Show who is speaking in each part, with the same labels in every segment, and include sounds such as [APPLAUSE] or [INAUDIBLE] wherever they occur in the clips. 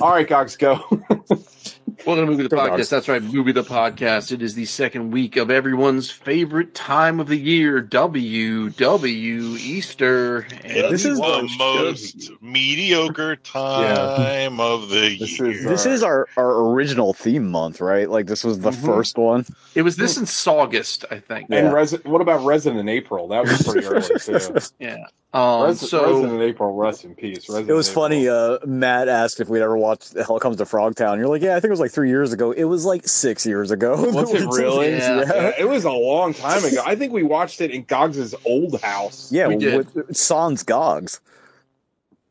Speaker 1: All right, Cox, go. [LAUGHS]
Speaker 2: Welcome to Movie the
Speaker 1: Go,
Speaker 2: Podcast.
Speaker 1: dogs.
Speaker 2: That's right, Movie the Podcast. It is the second week of everyone's favorite time of the year, WW Easter. And
Speaker 3: This is
Speaker 4: the
Speaker 3: the
Speaker 4: most
Speaker 3: [LAUGHS]
Speaker 4: mediocre time of the
Speaker 1: This
Speaker 4: year.
Speaker 1: is, uh,
Speaker 3: This is our, our original theme month, right? Like this was the
Speaker 1: Mhm.
Speaker 3: first one.
Speaker 2: it was this in Saugus, I think.
Speaker 3: Yeah.
Speaker 1: And Res- what about Resident in April? That was pretty early
Speaker 3: [LAUGHS]
Speaker 1: too.
Speaker 2: Um,
Speaker 1: Res-
Speaker 2: so
Speaker 1: Resident April, rest in peace. Resident
Speaker 3: It was
Speaker 1: April.
Speaker 3: funny. Uh, Matt asked if we'd ever watched The Hell Comes to Frogtown. You're like, yeah, I think it was like three years ago. It was like six years ago. [LAUGHS]
Speaker 1: Was it really?
Speaker 2: Yeah.
Speaker 1: [LAUGHS] Yeah, it was a long time ago. I think we watched it in Gogs's old house.
Speaker 3: [LAUGHS] Yeah,
Speaker 2: We did.
Speaker 3: with Sans Gogs.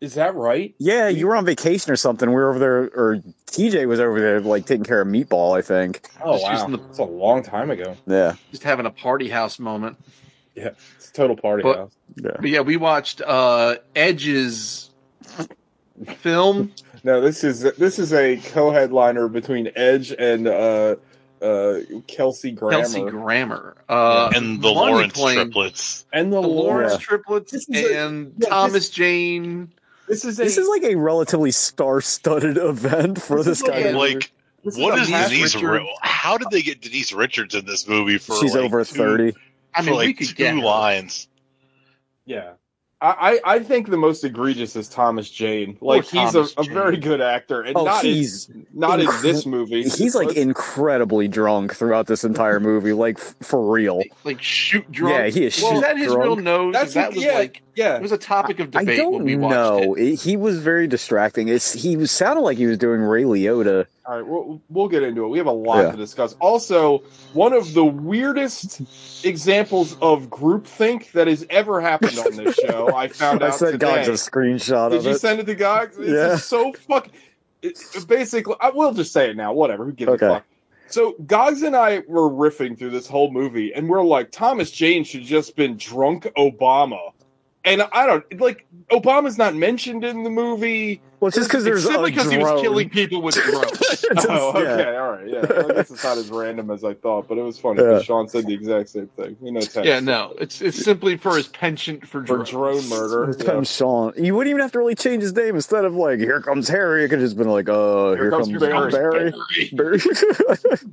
Speaker 1: Is that right?
Speaker 3: Yeah, you were on vacation or something. We were over there, or TJ was over there, like taking care of Meatball, I think.
Speaker 1: Oh
Speaker 2: Just
Speaker 1: wow,
Speaker 2: using the-
Speaker 1: it's a long time ago.
Speaker 3: Yeah.
Speaker 2: just having a party house moment.
Speaker 1: It's a total party
Speaker 2: But-
Speaker 1: house.
Speaker 2: But yeah, we watched uh, Edge's film.
Speaker 1: No, this is this is a co-headliner between Edge and uh, uh, Kelsey Grammer
Speaker 2: Kelsey Grammer. Uh,
Speaker 4: and the
Speaker 2: Money
Speaker 4: Lawrence
Speaker 2: Plane,
Speaker 4: triplets.
Speaker 1: and the
Speaker 2: The Lawrence
Speaker 1: Lawrence.
Speaker 2: triplets
Speaker 1: This is a-
Speaker 2: and
Speaker 1: yeah, this-
Speaker 2: Thomas Jane.
Speaker 1: This is a
Speaker 3: This is like a relatively star studded [LAUGHS] event for
Speaker 1: This
Speaker 3: this,
Speaker 1: is
Speaker 3: guy.
Speaker 1: Yeah.
Speaker 4: Like,
Speaker 1: this
Speaker 4: what
Speaker 1: a
Speaker 4: is
Speaker 1: half-
Speaker 4: Denise?
Speaker 2: Richard-
Speaker 4: Ri- How did they get Denise Richards in this movie for?
Speaker 3: She's
Speaker 4: like,
Speaker 3: over
Speaker 4: two-
Speaker 3: 30.
Speaker 2: I mean,
Speaker 4: for like
Speaker 2: we could
Speaker 4: two
Speaker 2: get her.
Speaker 4: lines.
Speaker 1: Yeah. I, I I think the most egregious is Thomas Jane. Like he's
Speaker 2: Thomas
Speaker 1: a, a
Speaker 2: Jane.
Speaker 1: very good actor, and
Speaker 3: Oh,
Speaker 1: not
Speaker 3: he's
Speaker 1: in, not in this movie.
Speaker 3: He's like incredibly drunk throughout this entire movie, like f- for real.
Speaker 2: like shoot drunk.
Speaker 3: Yeah, he is
Speaker 2: Well,
Speaker 3: shoot
Speaker 2: is that his
Speaker 3: drunk.
Speaker 2: real nose?
Speaker 1: That's
Speaker 2: that
Speaker 1: what-
Speaker 2: was
Speaker 1: yeah.
Speaker 2: like it
Speaker 1: yeah.
Speaker 2: was a topic of
Speaker 3: I
Speaker 2: debate
Speaker 3: don't
Speaker 2: when we watched
Speaker 3: know.
Speaker 2: it.
Speaker 3: It- he was very distracting. It's he was, sounded like he was doing Ray Liotta.
Speaker 1: All right, we'll we'll get into it. We have a lot
Speaker 3: Yeah.
Speaker 1: to discuss. Also, one of the weirdest examples of groupthink that has ever happened on this show. I found
Speaker 3: [LAUGHS] I
Speaker 1: out
Speaker 3: sent
Speaker 1: today.
Speaker 3: Gogs a screenshot
Speaker 1: Did
Speaker 3: of
Speaker 1: you
Speaker 3: it.
Speaker 1: send it to Gogs? This
Speaker 3: Yeah.
Speaker 1: is so fucking. It, it basically, I will just say it now. Whatever. Who gives
Speaker 3: Okay.
Speaker 1: a fuck? So Gogs and I were riffing through this whole movie, and we're like, Thomas Jane should just been drunk Obama. And I don't like Obama's not mentioned in the movie.
Speaker 3: well, it's just because there's
Speaker 2: it's simply
Speaker 3: a
Speaker 2: because he was
Speaker 3: drone.
Speaker 2: killing people with drones.
Speaker 3: [LAUGHS] Just-
Speaker 1: oh, okay,
Speaker 3: yeah.
Speaker 1: all right, yeah. Well, I guess it's not as random as I thought, but it was funny. 'cause Sean said the exact same thing. We know Texas
Speaker 2: yeah, no, it's it's simply for his penchant for
Speaker 1: for
Speaker 2: drones.
Speaker 1: drone
Speaker 2: [LAUGHS]
Speaker 3: [LAUGHS]
Speaker 1: murder.
Speaker 3: Come Sean. You wouldn't even have to really change his name. Instead of like, here comes Harry, it could have just been like, uh, here, comes, Barry. Barry.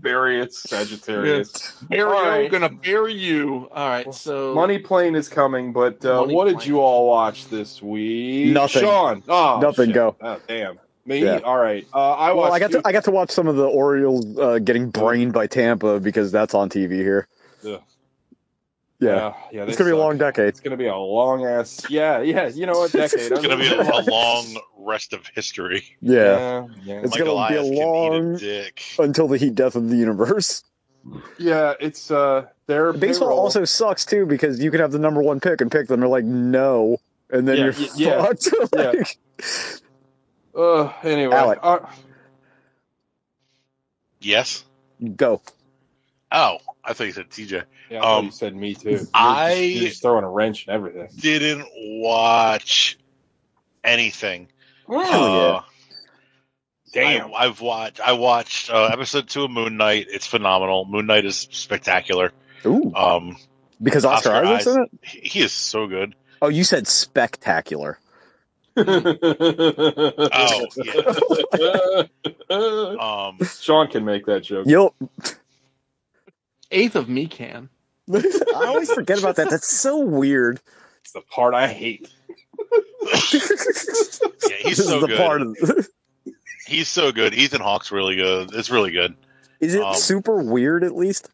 Speaker 1: Barry, it's Sagittarius.
Speaker 2: Barry,
Speaker 1: All right.
Speaker 2: I'm gonna bury you. All right, so
Speaker 1: Money Plane is coming, but uh,
Speaker 2: Money
Speaker 1: what did
Speaker 2: Plane.
Speaker 1: you all watch this week?
Speaker 3: Nothing.
Speaker 1: Sean. Oh,
Speaker 3: Nothing,
Speaker 1: shit.
Speaker 3: go.
Speaker 1: Oh, damn. Me?
Speaker 3: Yeah.
Speaker 1: All right. Uh, I watched.
Speaker 3: [LAUGHS] well, I got to I got to watch some of the Orioles uh, getting brained by Tampa because that's on TV here.
Speaker 1: Yeah.
Speaker 3: yeah.
Speaker 1: yeah.
Speaker 3: It's
Speaker 1: they
Speaker 3: gonna be a
Speaker 1: suck.
Speaker 3: long decade.
Speaker 1: It's gonna be a long ass. Yeah, yeah. You know what? Decade.
Speaker 4: It's gonna
Speaker 1: [LAUGHS]
Speaker 4: be a,
Speaker 3: [LAUGHS]
Speaker 4: a long rest of history.
Speaker 3: Yeah.
Speaker 1: Yeah, yeah.
Speaker 3: It's
Speaker 4: Like
Speaker 3: gonna be a
Speaker 4: Elias can eat
Speaker 3: long-
Speaker 4: dick.
Speaker 3: Until the heat death of the universe.
Speaker 1: Yeah, it's uh, their
Speaker 3: Baseball
Speaker 1: payroll-
Speaker 3: also sucks too because you can have the number one pick and pick them. They're like, no, and then
Speaker 1: Yeah,
Speaker 3: you're
Speaker 1: y- yeah.
Speaker 3: fucked. [LAUGHS]
Speaker 1: Yeah.
Speaker 3: Like,
Speaker 1: Uh, anyway,
Speaker 3: Alec.
Speaker 1: uh,
Speaker 4: Yes.
Speaker 3: Go.
Speaker 4: Oh, I thought you said TJ.
Speaker 1: yeah, I thought
Speaker 4: Um,
Speaker 1: you said me too. You're just-
Speaker 4: I-
Speaker 1: you're just throwing a wrench and everything.
Speaker 4: Didn't watch anything.
Speaker 3: yeah.
Speaker 4: Uh, I, I've watched. I watched uh, episode two of Moon Knight. It's phenomenal. Moon Knight is spectacular.
Speaker 3: Ooh,
Speaker 4: Um,
Speaker 3: Uh, because Oscar,
Speaker 4: Oscar
Speaker 3: Isaac's in it.
Speaker 4: he, he is so
Speaker 3: [LAUGHS]
Speaker 4: good.
Speaker 3: Oh, you said spectacular.
Speaker 4: Oh, yeah.
Speaker 3: [LAUGHS]
Speaker 4: Um,
Speaker 1: [LAUGHS] Sean can make that joke.
Speaker 3: Yup. [LAUGHS]
Speaker 2: eighth of me can.
Speaker 3: I always forget about that. That's so weird.
Speaker 1: It's the part I hate.
Speaker 3: [LAUGHS] this
Speaker 4: yeah, he's
Speaker 3: is
Speaker 4: so
Speaker 3: the [LAUGHS]
Speaker 4: good.
Speaker 3: part of.
Speaker 4: He's so good. Ethan Hawke's really good. It's really good.
Speaker 3: Is it
Speaker 4: Um,
Speaker 3: super weird at least?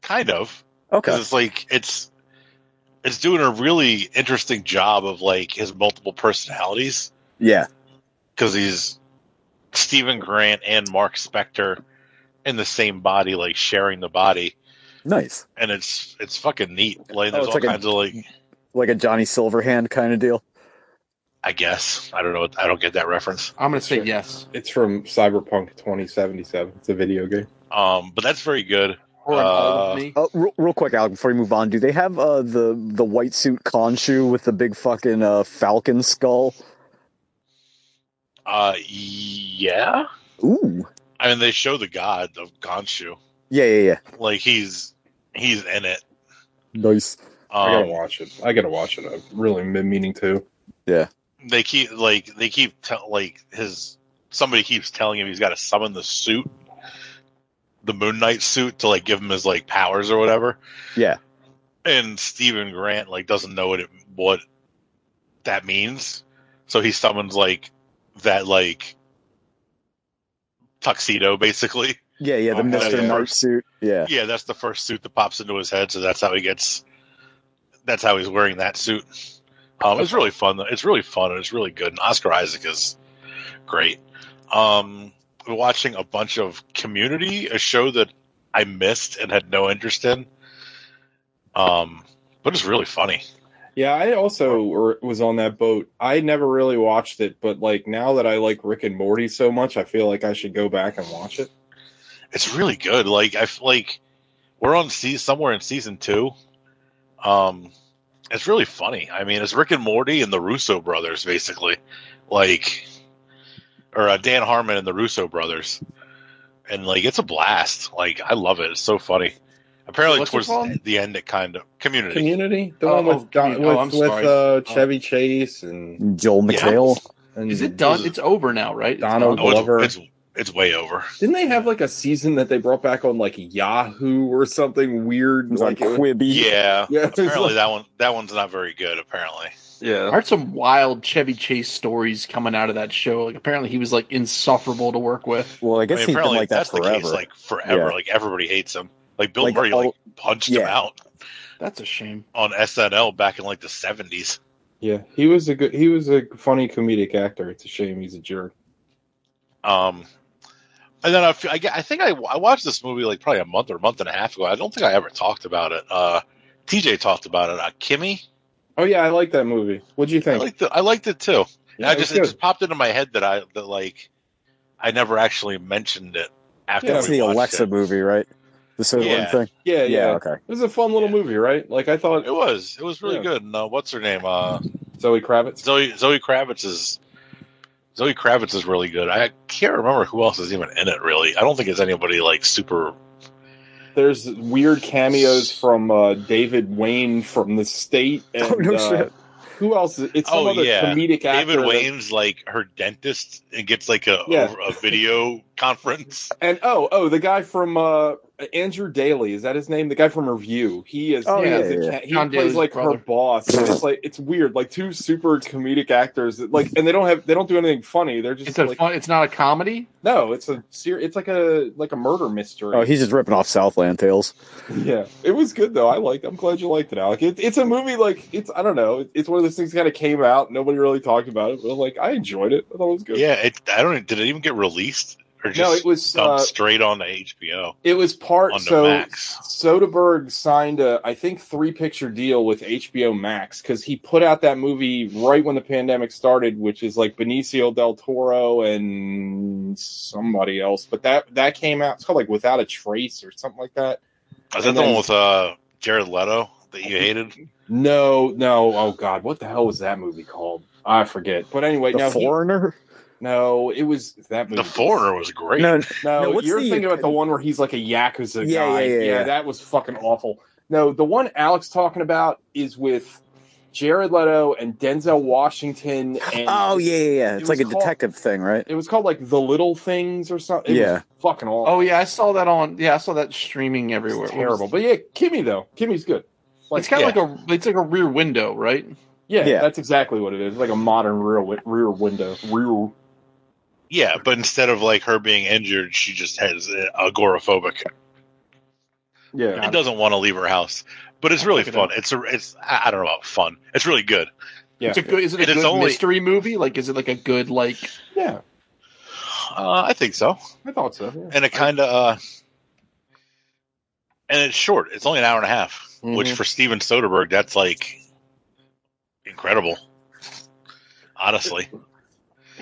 Speaker 4: Kind of because
Speaker 3: Okay.
Speaker 4: it's like it's it's doing a really interesting job of like his multiple personalities.
Speaker 3: Yeah.
Speaker 4: because he's Stephen Grant and Mark Spector in the same body, like sharing the body,
Speaker 3: Nice.
Speaker 4: and it's it's fucking neat. Like
Speaker 3: Oh,
Speaker 4: there's
Speaker 3: it's
Speaker 4: all
Speaker 3: like a-
Speaker 4: kinds of like,
Speaker 3: Like a Johnny Silverhand kind of deal.
Speaker 4: I guess I don't know, I don't get that reference.
Speaker 2: I'm gonna say
Speaker 1: Sure.
Speaker 2: yes.
Speaker 1: It's from Cyberpunk 2077. It's a video game.
Speaker 4: Um, but that's very good.
Speaker 2: Or an all of
Speaker 4: Uh,
Speaker 2: me.
Speaker 3: Uh, real, real quick, Alec, before you move on, do they have uh, the the white suit Khonshu with the big fucking uh, falcon skull?
Speaker 4: Uh, yeah,
Speaker 3: Ooh.
Speaker 4: I mean they show the god of Gonshu,
Speaker 3: Yeah, yeah, yeah.
Speaker 4: like he's he's in it.
Speaker 3: Nice.
Speaker 1: I
Speaker 2: Oh.
Speaker 1: gotta
Speaker 4: Um,
Speaker 1: watch it. I gotta watch it. I've really been meaning to.
Speaker 4: they keep like they keep tell like his somebody keeps telling him he's got to summon the suit, the Moon Knight suit, to like give him his like powers or whatever.
Speaker 3: Yeah.
Speaker 4: And Stephen Grant like doesn't know what it what that means, so he summons like that like tuxedo basically.
Speaker 3: Yeah, yeah, the
Speaker 1: Oh, hell
Speaker 3: Mister
Speaker 1: yeah.
Speaker 3: Knight suit. Yeah,
Speaker 4: Yeah, that's the first suit that pops into his head, so that's how he gets. That's how he's wearing that suit. Um, it's really fun. Though. It's really fun and it's really good. And Oscar Isaac is great. Um, we're watching a bunch of Community, a show that I missed and had no interest in. Um, but it's really funny.
Speaker 1: Yeah, I also or- was on that boat. I never really watched it, but like now that I like Rick and Morty so much, I feel like I should go back and watch it.
Speaker 4: It's really good. Like I f- like we're on sea somewhere in season two. Um, it's really funny. I mean, it's Rick and Morty and the Russo brothers, basically, like, or uh, Dan Harmon and the Russo brothers, and like it's a blast. Like I love it. It's so funny. Apparently,
Speaker 2: What's it
Speaker 4: towards
Speaker 2: called?
Speaker 4: the end, it kind of community.
Speaker 1: Community, the
Speaker 2: Oh,
Speaker 1: one
Speaker 2: oh,
Speaker 1: with Don,
Speaker 2: Community. Oh, I'm
Speaker 1: with, with
Speaker 2: sorry.
Speaker 1: uh, Chevy Chase and,
Speaker 3: Joel
Speaker 4: Yeah.
Speaker 3: McHale.
Speaker 1: and
Speaker 2: Is it done?
Speaker 4: Is it-
Speaker 2: It's over now, right? It's
Speaker 1: Donald
Speaker 2: done?
Speaker 4: Oh,
Speaker 1: Glover.
Speaker 4: it's, it's it's way over.
Speaker 1: Didn't they have like a season that they brought back on like Yahoo or something weird?
Speaker 3: It was on
Speaker 1: Like, it-
Speaker 3: Quibi.
Speaker 4: Yeah.
Speaker 1: [LAUGHS] yeah, it was
Speaker 4: Apparently,
Speaker 1: like-
Speaker 4: that one that one's not very good. Apparently.
Speaker 2: There
Speaker 1: yeah.
Speaker 2: aren't some wild Chevy Chase stories coming out of that show. Like apparently he was like insufferable to work with.
Speaker 3: Well, I
Speaker 4: I
Speaker 3: guess
Speaker 4: mean,
Speaker 3: he's been
Speaker 4: apparently
Speaker 3: like that
Speaker 4: that's
Speaker 3: forever.
Speaker 4: the case, like forever.
Speaker 3: Yeah.
Speaker 4: Like everybody hates him. Like Bill
Speaker 3: Like, oh,
Speaker 4: Murray, like
Speaker 3: all-
Speaker 4: punched him
Speaker 3: yeah.
Speaker 4: out
Speaker 2: That's a shame.
Speaker 4: on SNL back in like the seventies.
Speaker 1: yeah, he was a good, he was a funny comedic actor. It's a shame he's a jerk.
Speaker 4: Um, and then I, f- I g- I think I, I watched this movie like probably a month or a month and a half ago. I don't think I ever talked about it. Uh, TJ talked about it. Uh, Kimmy,
Speaker 1: Oh yeah, I like that movie. What'd you
Speaker 4: I
Speaker 1: think?
Speaker 4: liked it. I liked it too. And
Speaker 1: Yeah,
Speaker 4: I
Speaker 1: it was
Speaker 4: just it
Speaker 1: good.
Speaker 4: just popped into my head that I that like I never actually mentioned it after
Speaker 1: Yeah.
Speaker 3: That's
Speaker 4: we
Speaker 3: the
Speaker 4: watched
Speaker 3: Alexa
Speaker 4: it.
Speaker 3: movie, right? The Sutherland
Speaker 4: Yeah.
Speaker 3: thing.
Speaker 1: yeah,
Speaker 3: Yeah,
Speaker 1: yeah.
Speaker 3: okay.
Speaker 1: It was a fun little
Speaker 4: Yeah.
Speaker 1: movie, right? Like I thought
Speaker 4: It was it was really
Speaker 1: Yeah.
Speaker 4: good. And uh, what's her name? Uh,
Speaker 1: Zoe Kravitz.
Speaker 4: Zoe Zoe Kravitz is Zoe Kravitz is really good. I can't remember who else is even in it. Really, I don't think it's anybody like super.
Speaker 1: There's weird cameos from uh, David Wayne from The State. And,
Speaker 3: oh no
Speaker 1: uh,
Speaker 3: shit.
Speaker 1: Who else? is- It's some
Speaker 4: Oh,
Speaker 1: other
Speaker 4: yeah.
Speaker 1: comedic actor.
Speaker 4: David
Speaker 1: that-
Speaker 4: Wayne's like her dentist and gets like a
Speaker 1: Yeah.
Speaker 4: a,
Speaker 1: [LAUGHS]
Speaker 4: video conference.
Speaker 1: And oh, oh, the guy from uh, Andrew Daly is that his name? The guy from Review. He is.
Speaker 3: Oh,
Speaker 1: he
Speaker 3: yeah,
Speaker 1: is a
Speaker 3: yeah,
Speaker 1: ca- He
Speaker 2: John
Speaker 1: plays
Speaker 2: Daly's
Speaker 1: like
Speaker 2: brother.
Speaker 1: her boss. And it's like it's weird. Like two super comedic actors. That, like, and they don't have they don't do anything funny. They're just
Speaker 2: It's a
Speaker 1: like
Speaker 2: fun, it's not a comedy.
Speaker 1: no. It's a ser- It's like a like a murder mystery.
Speaker 3: Oh, he's just ripping off Southland Tales.
Speaker 1: Yeah, it was good though. I like. I'm glad you liked it, Alec. It, it's a movie like it's. I don't know. It's one of those things kind of came out. Nobody really talked about it, but like I enjoyed it. I thought it was good.
Speaker 4: Yeah, it, I don't. Did it even get released or just
Speaker 1: No, it was.
Speaker 4: dumped
Speaker 1: Uh,
Speaker 4: straight on to HBO
Speaker 1: it was part.
Speaker 4: on
Speaker 1: So
Speaker 4: the Max?
Speaker 1: Soderbergh signed a, I think, three picture deal with HBO Max because he put out that movie right when the pandemic started, which is like Benicio del Toro and somebody else. But that that came out. It's called like Without a Trace or something like that.
Speaker 4: Is that
Speaker 1: and
Speaker 4: the one
Speaker 1: then-
Speaker 4: with uh, Jared Leto that
Speaker 1: [LAUGHS]
Speaker 4: you hated?
Speaker 1: No, no. Oh God, what the hell was that movie called? I forget. But anyway,
Speaker 3: The
Speaker 1: no, he-
Speaker 3: Foreigner.
Speaker 1: no, it was that movie.
Speaker 4: The Foreigner was great.
Speaker 3: No,
Speaker 1: No,
Speaker 3: No, what's
Speaker 1: you're
Speaker 3: the-
Speaker 1: thinking about the one where he's like a yakuza
Speaker 3: Yeah,
Speaker 1: guy.
Speaker 3: yeah, yeah, yeah.
Speaker 1: that was fucking awful. No, the one Alex talking about is with Jared Leto and Denzel Washington. And
Speaker 3: oh yeah, yeah, yeah.
Speaker 1: it
Speaker 3: It's like a
Speaker 1: was called-
Speaker 3: detective thing, right?
Speaker 1: it was called like The Little Things or something. It
Speaker 3: Yeah.
Speaker 1: was fucking awful.
Speaker 2: Oh yeah, I saw that on. Yeah, I saw that streaming
Speaker 1: It's
Speaker 2: everywhere.
Speaker 1: terrible. But yeah, Kimmy though, Kimmy's good. Like,
Speaker 2: it's kind of like a it's like a Rear Window, right?
Speaker 1: yeah,
Speaker 3: Yeah.
Speaker 1: that's exactly what it is. Like a modern rear wi- rear window. Rear.
Speaker 4: Yeah, but instead of like her being injured, she just has uh, agoraphobic.
Speaker 1: Yeah.
Speaker 4: and doesn't want to leave her house. But it's really
Speaker 2: check it
Speaker 4: fun. It's a, it's I I don't know about fun. It's really good.
Speaker 1: Yeah.
Speaker 2: It's a good. Is it a
Speaker 4: And it's
Speaker 2: good
Speaker 4: only-
Speaker 2: mystery movie? Like, is it like a good like?
Speaker 1: Yeah.
Speaker 4: Uh, I think so.
Speaker 1: I thought so. yeah.
Speaker 4: And it kind of uh, and it's short. It's only an hour and a half, which
Speaker 2: Mm-hmm.
Speaker 1: Mhm.
Speaker 4: for Steven Soderbergh, that's like incredible. Honestly,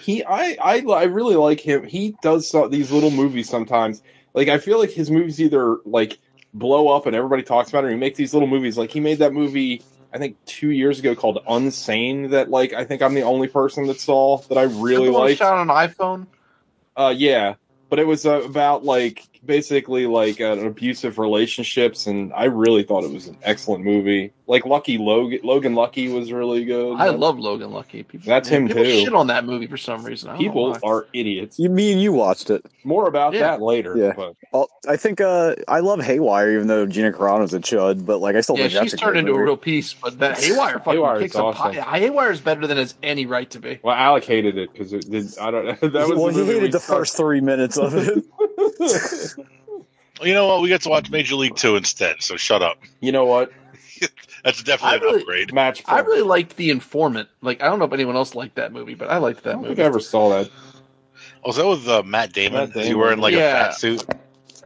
Speaker 1: he I, I i really like him he does so, these little movies sometimes like i feel like his movies either like blow up and everybody talks about it or he makes these little movies like he made that movie i think two years ago called unsane that like i think i'm the only person that saw that i really
Speaker 2: Is it the one
Speaker 1: liked
Speaker 2: Shot on an iPhone.
Speaker 1: uh yeah but it was uh, about like basically like an abusive relationships, and I really thought it was an excellent movie. Like Lucky Logan, Logan Lucky was really good.
Speaker 2: I love Logan Lucky. People,
Speaker 1: That's him
Speaker 2: people
Speaker 1: too.
Speaker 2: Shit on that movie for some reason. I don't know
Speaker 1: People
Speaker 2: why.
Speaker 1: are idiots.
Speaker 3: You mean you watched it?
Speaker 1: More about
Speaker 2: Yeah.
Speaker 1: that later.
Speaker 3: Yeah.
Speaker 1: But
Speaker 3: Oh, I think uh, I love Haywire, even though Gina Carano's a chud, but like I still
Speaker 2: Yeah,
Speaker 3: think that's
Speaker 2: she's
Speaker 3: a great
Speaker 2: turned into a
Speaker 3: movie.
Speaker 2: real piece, but that
Speaker 1: [LAUGHS]
Speaker 2: Haywire fucking
Speaker 1: Haywire's
Speaker 2: kicks
Speaker 1: awesome.
Speaker 2: a pie. Haywire is better than it's any right to be.
Speaker 1: well, I allocated it because it did. I don't. [LAUGHS] That was
Speaker 3: well,
Speaker 1: the
Speaker 3: he
Speaker 1: movie we
Speaker 3: hated the
Speaker 1: stuck-
Speaker 3: first three minutes of it.
Speaker 4: You know what? We get to watch Major League Two instead. So shut up.
Speaker 1: [LAUGHS] you know what?
Speaker 4: That's
Speaker 2: I
Speaker 4: definitely an
Speaker 2: really-
Speaker 4: upgrade.
Speaker 1: Match.
Speaker 2: I
Speaker 1: point.
Speaker 2: really liked The Informant. Like I don't know if anyone else liked that movie, but I liked
Speaker 1: I
Speaker 2: that
Speaker 1: don't think
Speaker 2: movie.
Speaker 1: I ever saw that.
Speaker 4: Was that with uh, Matt Damon?
Speaker 1: Matt
Speaker 4: Is he
Speaker 1: Damon.
Speaker 4: wearing like
Speaker 2: Yeah.
Speaker 4: a fat suit or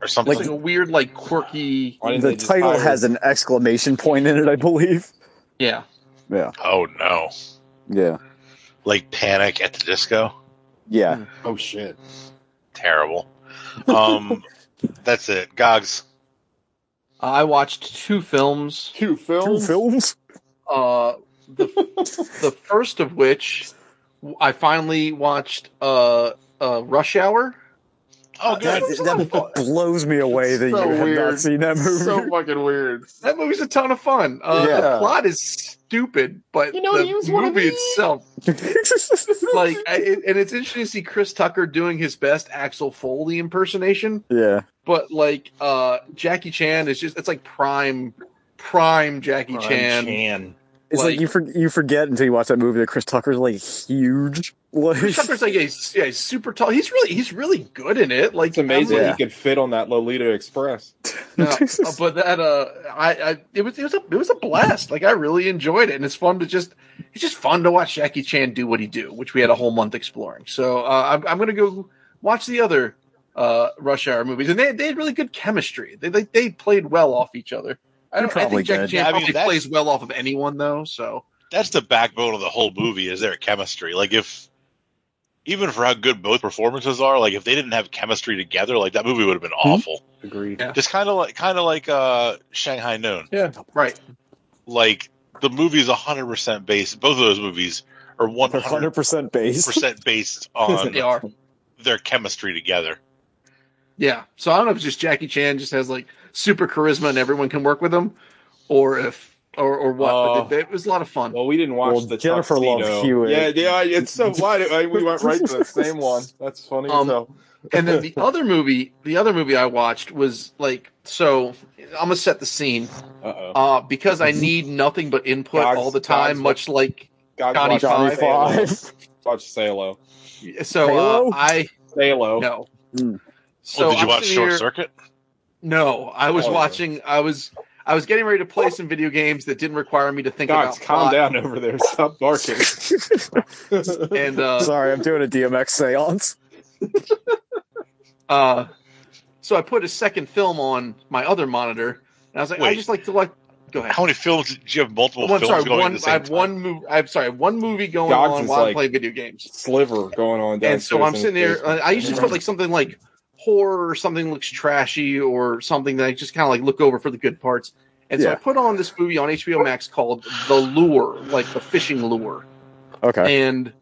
Speaker 2: It's
Speaker 4: something?
Speaker 2: like a weird, like quirky.
Speaker 1: Why didn't
Speaker 3: the
Speaker 1: they just
Speaker 3: title
Speaker 1: hire-
Speaker 3: has an exclamation point in it, I believe.
Speaker 2: Yeah,
Speaker 3: Yeah,
Speaker 4: oh no!
Speaker 3: yeah,
Speaker 4: Like Panic at the Disco.
Speaker 3: yeah.
Speaker 1: Oh shit!
Speaker 4: Terrible. Um, [LAUGHS] that's it. Gogs.
Speaker 2: Uh, I watched two films.
Speaker 1: Two
Speaker 3: Two
Speaker 1: films. [LAUGHS]
Speaker 3: films.
Speaker 2: Uh, the the first of which I finally watched. Uh, uh, Rush Hour.
Speaker 4: Oh,
Speaker 2: That
Speaker 4: good.
Speaker 2: was a
Speaker 3: that
Speaker 2: lot of fun.
Speaker 3: [LAUGHS] blows me away
Speaker 2: It's
Speaker 3: that
Speaker 2: so
Speaker 3: you have
Speaker 2: weird.
Speaker 3: not seen that movie. [LAUGHS]
Speaker 2: So fucking weird. That movie's a ton of fun. Uh,
Speaker 1: Yeah.
Speaker 2: The plot is stupid, but
Speaker 1: You know,
Speaker 2: the
Speaker 1: he was one of
Speaker 2: movie
Speaker 1: these.
Speaker 2: itself, like, I, it, and it's interesting to see Chris Tucker doing his best Axel Foley impersonation,
Speaker 3: yeah,
Speaker 2: but like uh, Jackie Chan is just it's like prime, prime Jackie Chan.
Speaker 3: it's like,
Speaker 2: Like-
Speaker 3: you for, you forget until you watch that movie that Chris Tucker's like huge. Like,
Speaker 2: Chris Tucker's like a yeah, he's super tall. He's really he's really good in it. Like
Speaker 1: It's amazing
Speaker 3: Yeah.
Speaker 1: he could fit on that Lolita Express.
Speaker 4: [LAUGHS]
Speaker 3: [LAUGHS]
Speaker 2: Yeah, uh, but that uh, I, I it was it was a it was a blast. Like I really enjoyed it, and it's fun to just it's just fun to watch Jackie Chan do what he do, which we had a whole month exploring. So uh, I'm I'm gonna go watch the other uh, Rush Hour movies, and they they had really good chemistry. They they, they played well off each other. I don't
Speaker 3: They
Speaker 2: I
Speaker 3: probably
Speaker 2: think Jackie
Speaker 3: did.
Speaker 2: Chan
Speaker 4: Yeah, I mean,
Speaker 2: probably
Speaker 4: that's-
Speaker 2: plays well off of anyone though. So
Speaker 4: that's the backbone of the whole movie is their chemistry. Like if even for how good both performances are, like if they didn't have chemistry together, like that movie would have been
Speaker 3: Hmm?
Speaker 4: awful.
Speaker 1: Agreed.
Speaker 2: Yeah.
Speaker 4: Just kind of like kind of like uh Shanghai Noon.
Speaker 2: right,
Speaker 4: Like the movie's 100% based both of those movies are 100%
Speaker 3: hundred percent base.
Speaker 4: based on
Speaker 3: [LAUGHS]
Speaker 2: they are.
Speaker 4: their chemistry together.
Speaker 2: Yeah. So I don't know if it's just Jackie Chan just has like super charisma and everyone can work with him, or if or or what.
Speaker 1: Oh.
Speaker 2: but it, it was a lot of fun.
Speaker 1: Well, we didn't watch
Speaker 3: Well,
Speaker 1: the
Speaker 3: Jennifer Love
Speaker 1: tuxedo.
Speaker 3: Hewitt.
Speaker 1: Yeah, yeah, it's
Speaker 3: [LAUGHS]
Speaker 1: so funny. I- We went right to the same one. That's funny as
Speaker 2: Um,
Speaker 1: hell.
Speaker 2: And then the
Speaker 1: [LAUGHS]
Speaker 2: other movie, the other movie I watched was like so. I'm gonna set the scene
Speaker 1: Uh-oh.
Speaker 2: uh, because I need nothing but input
Speaker 1: Dogs-
Speaker 2: all the time,
Speaker 1: dogs-
Speaker 2: much like
Speaker 1: God,
Speaker 2: Johnny
Speaker 1: watch
Speaker 3: Johnny
Speaker 2: Five.
Speaker 1: Salo.
Speaker 3: Five.
Speaker 1: Watch Salo.
Speaker 2: so. Uh,
Speaker 3: Halo?
Speaker 2: I
Speaker 1: Salo.
Speaker 2: no.
Speaker 3: Hmm.
Speaker 4: oh,
Speaker 2: So
Speaker 4: did you
Speaker 2: I'm
Speaker 4: watch
Speaker 2: sitting
Speaker 4: Short
Speaker 2: here-
Speaker 4: Circuit?
Speaker 2: No, I was
Speaker 1: Oh, yeah.
Speaker 2: watching. I was I was getting ready to play some video games that didn't require me to think
Speaker 1: Gogs,
Speaker 2: about
Speaker 1: calm
Speaker 2: plot.
Speaker 1: down over there. Stop [LAUGHS] barking.
Speaker 2: And
Speaker 1: [LAUGHS]
Speaker 2: uh,
Speaker 3: [LAUGHS] Sorry, I'm doing a DMX seance.
Speaker 2: Uh, so I put a second film on my other monitor, and I was like, I
Speaker 4: Wait.
Speaker 2: just like to like go ahead.
Speaker 4: How many films did you have multiple
Speaker 2: One,
Speaker 4: films
Speaker 2: sorry,
Speaker 4: going at
Speaker 2: one.
Speaker 4: the
Speaker 2: I
Speaker 4: same
Speaker 2: have
Speaker 4: time?
Speaker 2: one movie. I'm sorry, I have one movie going
Speaker 1: Dogs
Speaker 2: on
Speaker 1: is
Speaker 2: while I
Speaker 1: like-
Speaker 2: play video games,
Speaker 1: Sliver going on downstairs.
Speaker 2: and so I'm
Speaker 1: in
Speaker 2: sitting
Speaker 1: his
Speaker 2: there. uh, I usually put like something like horror or something looks trashy or something that I just kind of like look over for the good parts. And so I
Speaker 3: Yeah.
Speaker 2: put on this movie on HBO Max called The Lure, like the fishing lure
Speaker 3: Okay.
Speaker 2: and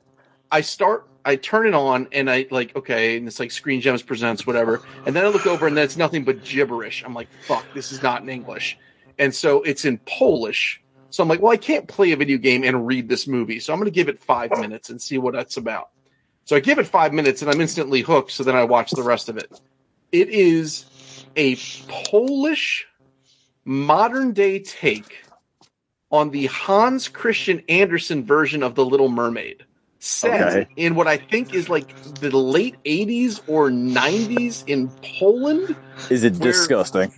Speaker 2: I start I turn it on and I like okay and it's like Screen Gems presents whatever and then I look over and then it's nothing but gibberish. I'm like fuck this is not in English. And so it's in Polish. So I'm like well I can't play a video game and read this movie. So I'm going to give it 5 minutes and see what that's about. So I give it 5 minutes and I'm instantly hooked so then I watch the rest of it. It is a Polish modern day take on the Hans Christian Andersen version of The Little Mermaid, set
Speaker 3: Okay.
Speaker 2: in what I think is like the late 80s or 90s in Poland.
Speaker 3: Is it
Speaker 2: Where-
Speaker 3: disgusting?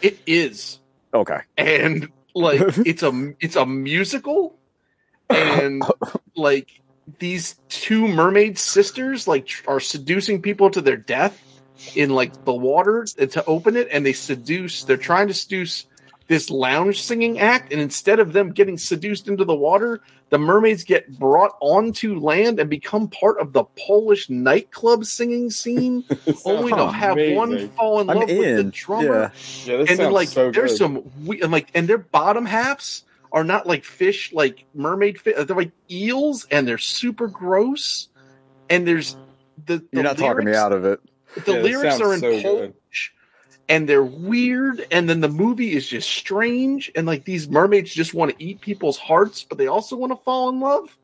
Speaker 2: It is.
Speaker 3: Okay.
Speaker 2: And
Speaker 3: [LAUGHS]
Speaker 2: like it's a it's a musical and like these two mermaid sisters like tr- are seducing people to their death in like the water to open it and they seduce they're trying to seduce this lounge singing act and instead of them getting seduced into the water the mermaids get brought onto land and become part of the polish nightclub singing
Speaker 3: [LAUGHS]
Speaker 2: scene
Speaker 1: [LAUGHS] It
Speaker 2: uh, only to
Speaker 1: sounds
Speaker 2: have one
Speaker 1: amazing.
Speaker 2: fall in
Speaker 3: I'm
Speaker 2: love with the
Speaker 3: in.
Speaker 2: drummer
Speaker 3: Yeah.
Speaker 1: Yeah, this
Speaker 2: and then
Speaker 1: sounds
Speaker 2: like
Speaker 1: so
Speaker 2: there's
Speaker 1: good.
Speaker 2: some we- and like and their bottom halves are not like fish like mermaid fish they're like eels and they're super gross and there's the, the
Speaker 3: You're not talking me
Speaker 2: lyrics-
Speaker 3: out of it.
Speaker 2: the
Speaker 1: Yeah, this
Speaker 2: lyrics
Speaker 1: sounds
Speaker 2: are in
Speaker 1: so good.
Speaker 2: Polish and they're weird and then the movie is just strange and like these mermaids just want to eat people's hearts but they also want to fall in love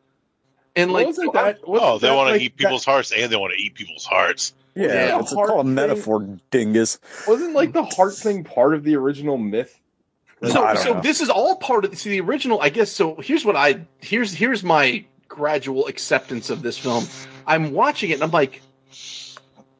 Speaker 2: and like
Speaker 1: wasn't that, wasn't
Speaker 4: oh, they
Speaker 1: that,
Speaker 4: want to
Speaker 1: like,
Speaker 4: eat people's hearts and they want to eat people's hearts.
Speaker 3: Yeah,
Speaker 1: Yeah,
Speaker 3: it's
Speaker 1: hard
Speaker 3: called a
Speaker 1: thing.
Speaker 3: metaphor, dingus.
Speaker 1: that- wasn't like the heart thing part of the original myth? Like,
Speaker 2: so
Speaker 3: I don't
Speaker 2: so
Speaker 3: know.
Speaker 2: this is all part of see the original i guess so here's what i here's here's my gradual acceptance of this film i'm watching it and i'm like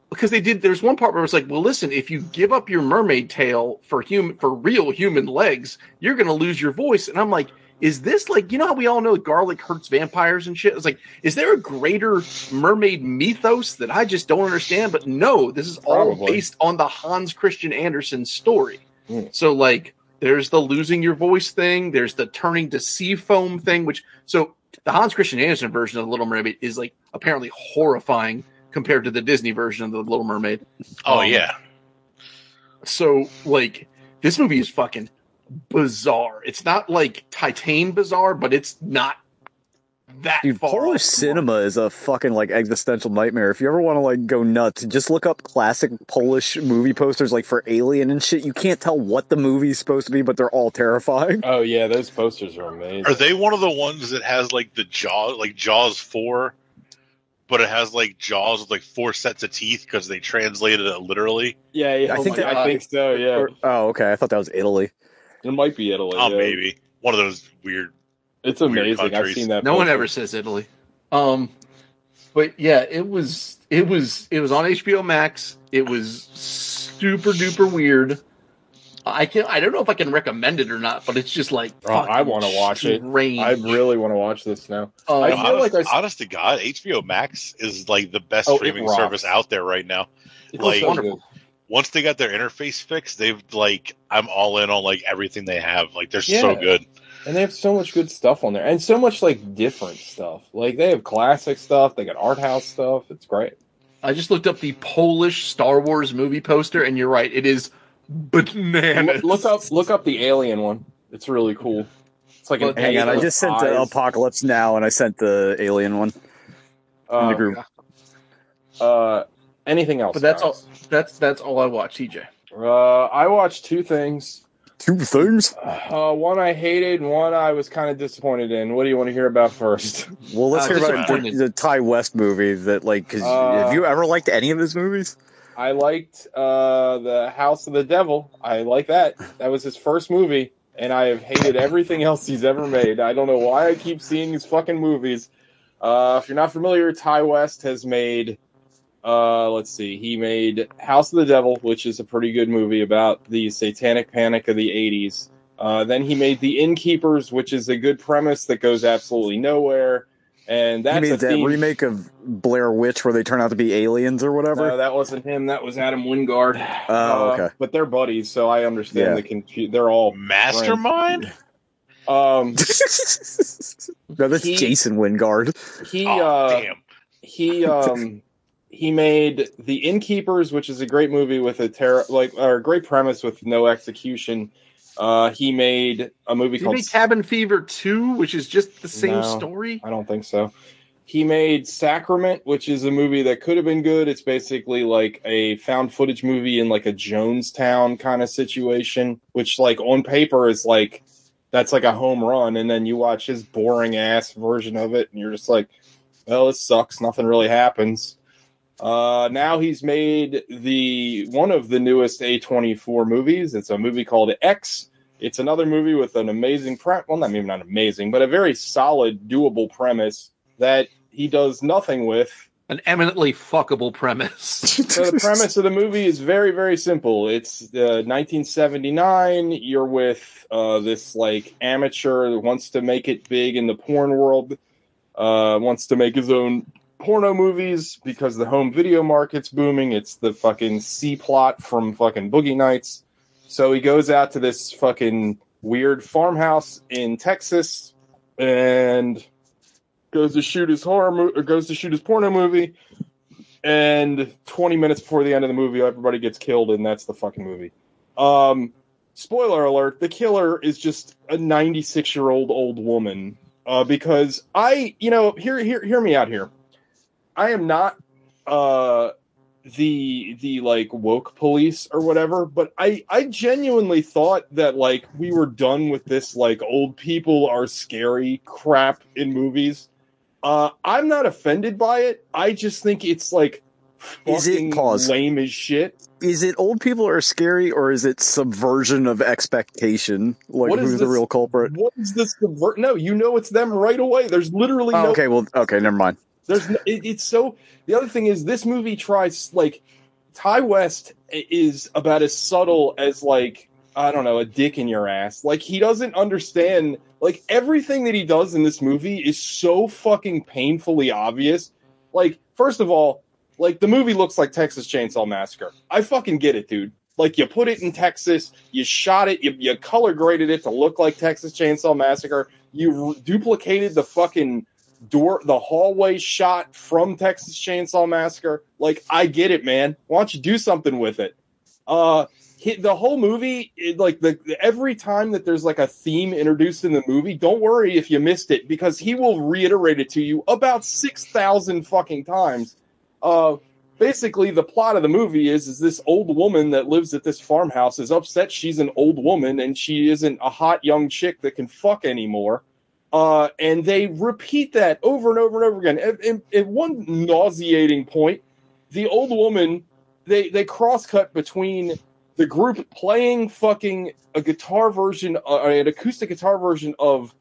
Speaker 2: because they did there's one part where it's like well listen if you give up your mermaid tail for human for real human legs you're gonna lose your voice and i'm like is this like you know how we all know garlic hurts vampires and shit it's like is there a greater mermaid mythos that i just don't understand but no this is all
Speaker 1: Probably.
Speaker 2: based on the hans christian andersen story
Speaker 1: Mm.
Speaker 2: so like there's the losing your voice thing there's the turning to sea foam thing which so the hans christian andersen version of the little mermaid is like apparently horrifying compared to the disney version of the little mermaid
Speaker 4: Oh
Speaker 2: Um,
Speaker 4: yeah,
Speaker 2: so like this movie is fucking bizarre. It's not like Titan bizarre, but it's not that
Speaker 3: Dude,
Speaker 2: far.
Speaker 3: Polish
Speaker 2: off the mark.
Speaker 3: cinema is a fucking like existential nightmare. If you ever want to like go nuts, just look up classic Polish movie posters like for Alien and shit. You can't tell what the movie's supposed to be, but they're all terrifying.
Speaker 1: Oh yeah, those posters are amazing.
Speaker 4: are they one of the ones that has like the jaw, like Jaws four, but it has like jaws with like four sets of teeth because they translated it literally.
Speaker 1: yeah, yeah,
Speaker 3: I
Speaker 1: I
Speaker 3: think
Speaker 1: think,
Speaker 3: that-
Speaker 1: I
Speaker 4: uh,
Speaker 1: think so. Yeah,
Speaker 3: Or- oh, okay. I thought that was Italy.
Speaker 1: it might be Italy.
Speaker 4: Oh,
Speaker 1: yeah.
Speaker 4: maybe one of those weird.
Speaker 1: It's
Speaker 4: Weird
Speaker 1: amazing. I've
Speaker 4: countries.
Speaker 1: seen that.
Speaker 2: No one
Speaker 1: poster.
Speaker 2: ever says Italy. Um, but yeah, it was it was it was on HBO Max. It was super duper weird. I can I don't know if I can recommend it or not, but it's just like
Speaker 1: Oh, I wanna
Speaker 2: fucking
Speaker 1: watch it.
Speaker 2: strange.
Speaker 1: I really want to watch this now.
Speaker 2: Um,
Speaker 1: I
Speaker 4: No,
Speaker 1: feel
Speaker 4: honest,
Speaker 1: like I s-
Speaker 4: honest to God, HBO Max is like the best
Speaker 1: Oh, it
Speaker 4: streaming
Speaker 1: rocks.
Speaker 4: service out there right now.
Speaker 1: It's
Speaker 4: Like-
Speaker 1: so
Speaker 2: Wonderful.
Speaker 1: good.
Speaker 4: Once they got their interface fixed, they've like I'm all in on like everything they have. Like they're so
Speaker 1: Yeah.
Speaker 4: good.
Speaker 1: and they have so much good stuff on there, and so much like different stuff. Like they have classic stuff. They got art house stuff. It's great.
Speaker 2: I just looked up the Polish Star Wars movie poster, and you're right, it is bananas.
Speaker 1: Look, look up, look up the alien one. It's really cool. It's like an
Speaker 2: Look,
Speaker 1: alien
Speaker 3: Hang on, I
Speaker 1: with
Speaker 3: just sent the
Speaker 1: eyes.
Speaker 3: Apocalypse Now and I sent the Alien one in the
Speaker 1: Uh,
Speaker 3: group.
Speaker 1: uh, anything else?
Speaker 2: But that's
Speaker 1: guys?
Speaker 2: That's that's all I watch, TJ.
Speaker 1: Uh, I watched two things.
Speaker 3: Two things.
Speaker 1: Uh, one I hated, and one I was kind of disappointed in. What do you want to hear about first?
Speaker 3: Well, let's
Speaker 2: Uh,
Speaker 3: hear about the,
Speaker 2: disappointed.
Speaker 3: the Ty West movie. That like, because
Speaker 1: Uh,
Speaker 3: have you ever liked any of his movies?
Speaker 1: I liked uh, the House of the Devil. I like that. That was his first movie, and I have hated everything else he's ever made. I don't know why I keep seeing his fucking movies. Uh, if you're not familiar, Ty West has made. Uh, let's see. He made House of the Devil, which is a pretty good movie about the satanic panic of the '80s. Uh, then he made The Innkeepers, which is a good premise that goes absolutely nowhere. And that's
Speaker 3: he made
Speaker 1: a
Speaker 3: that
Speaker 1: theme.
Speaker 3: remake of Blair Witch where they turn out to be aliens or whatever.
Speaker 1: No, that wasn't him. That was Adam Wingard.
Speaker 3: Oh,
Speaker 1: Uh,
Speaker 3: okay.
Speaker 1: But they're buddies, so I understand
Speaker 3: Yeah.
Speaker 1: the confu- They're all.
Speaker 4: Mastermind.
Speaker 1: Um,
Speaker 3: [LAUGHS] no, that's
Speaker 1: He-
Speaker 3: Jason Wingard.
Speaker 1: he
Speaker 4: [LAUGHS] Oh,
Speaker 1: uh,
Speaker 4: damn.
Speaker 1: he um, he made The Innkeepers, which is a great movie with a terror like or a great premise with no execution. Uh, he made a movie
Speaker 2: Did you
Speaker 1: called.
Speaker 2: make Cabin Fever 2, which is just the same
Speaker 1: No.
Speaker 2: story?
Speaker 1: I don't think so. He made Sacrament, which is a movie that could have been good. It's basically like a found footage movie in like a Jonestown kind of situation, which like on paper is like that's like a home run, and then you watch his boring ass version of it, and you're just like, well, this sucks. Nothing really happens. Uh, now he's made the one of the newest A24 movies. It's a movie called X, it's another movie with an amazing pre well not maybe not amazing but a very solid doable premise that he does nothing with
Speaker 2: An eminently
Speaker 1: [LAUGHS]
Speaker 2: fuckable premise.
Speaker 1: so the premise of the movie is very very simple it's uh, 1979 you're with uh, this like amateur that wants to make it big in the porn world uh, wants to make his own porno movies because the home video market's booming it's the fucking c plot from fucking boogie nights so he goes out to this fucking weird farmhouse in texas and goes to shoot his horror mo- or goes to shoot his porno movie and 20 minutes before the end of the movie everybody gets killed and that's the fucking movie um spoiler alert the killer is just a 96 year old old woman uh because i you know hear hear hear me out here i am not uh the the like woke police or whatever but i i genuinely thought that like we were done with this like old people are scary crap in movies uh i'm not offended by it i just think it's like
Speaker 3: Is it-
Speaker 1: fucking
Speaker 3: pause.
Speaker 1: lame as shit
Speaker 3: [LAUGHS] Is it old people are scary or is it subversion of expectation? Like
Speaker 1: What is
Speaker 3: who's the
Speaker 1: this-
Speaker 3: real culprit?
Speaker 1: what is this subvert no you know it's them right away there's literally
Speaker 3: Oh,
Speaker 1: no
Speaker 3: okay, well, okay, never mind.
Speaker 1: There's no, it, it's so. The other thing is this movie tries like Ty West i- is about as subtle as like I don't know a dick in your ass. Like he doesn't understand. Like everything that he does in this movie is so fucking painfully obvious. Like first of all, like the movie looks like Texas Chainsaw Massacre. I fucking get it, dude. Like you put it in Texas, you shot it, you, you color graded it to look like Texas Chainsaw Massacre. You r- duplicated the fucking door the hallway shot from Texas Chainsaw Massacre. Like, I get it, man. Why don't you do something with it? Uh, he- the whole movie, it, like the every time that there's like a theme introduced in the movie, don't worry if you missed it because he will reiterate it to you about six thousand fucking times. Uh, basically, the plot of the movie is is this old woman that lives at this farmhouse is upset she's an old woman and she isn't a hot young chick that can fuck anymore uh, and they repeat that over and over and over again. At, at- at one nauseating point, the old woman they they cross cut between the group playing fucking a guitar version, uh, an acoustic guitar version of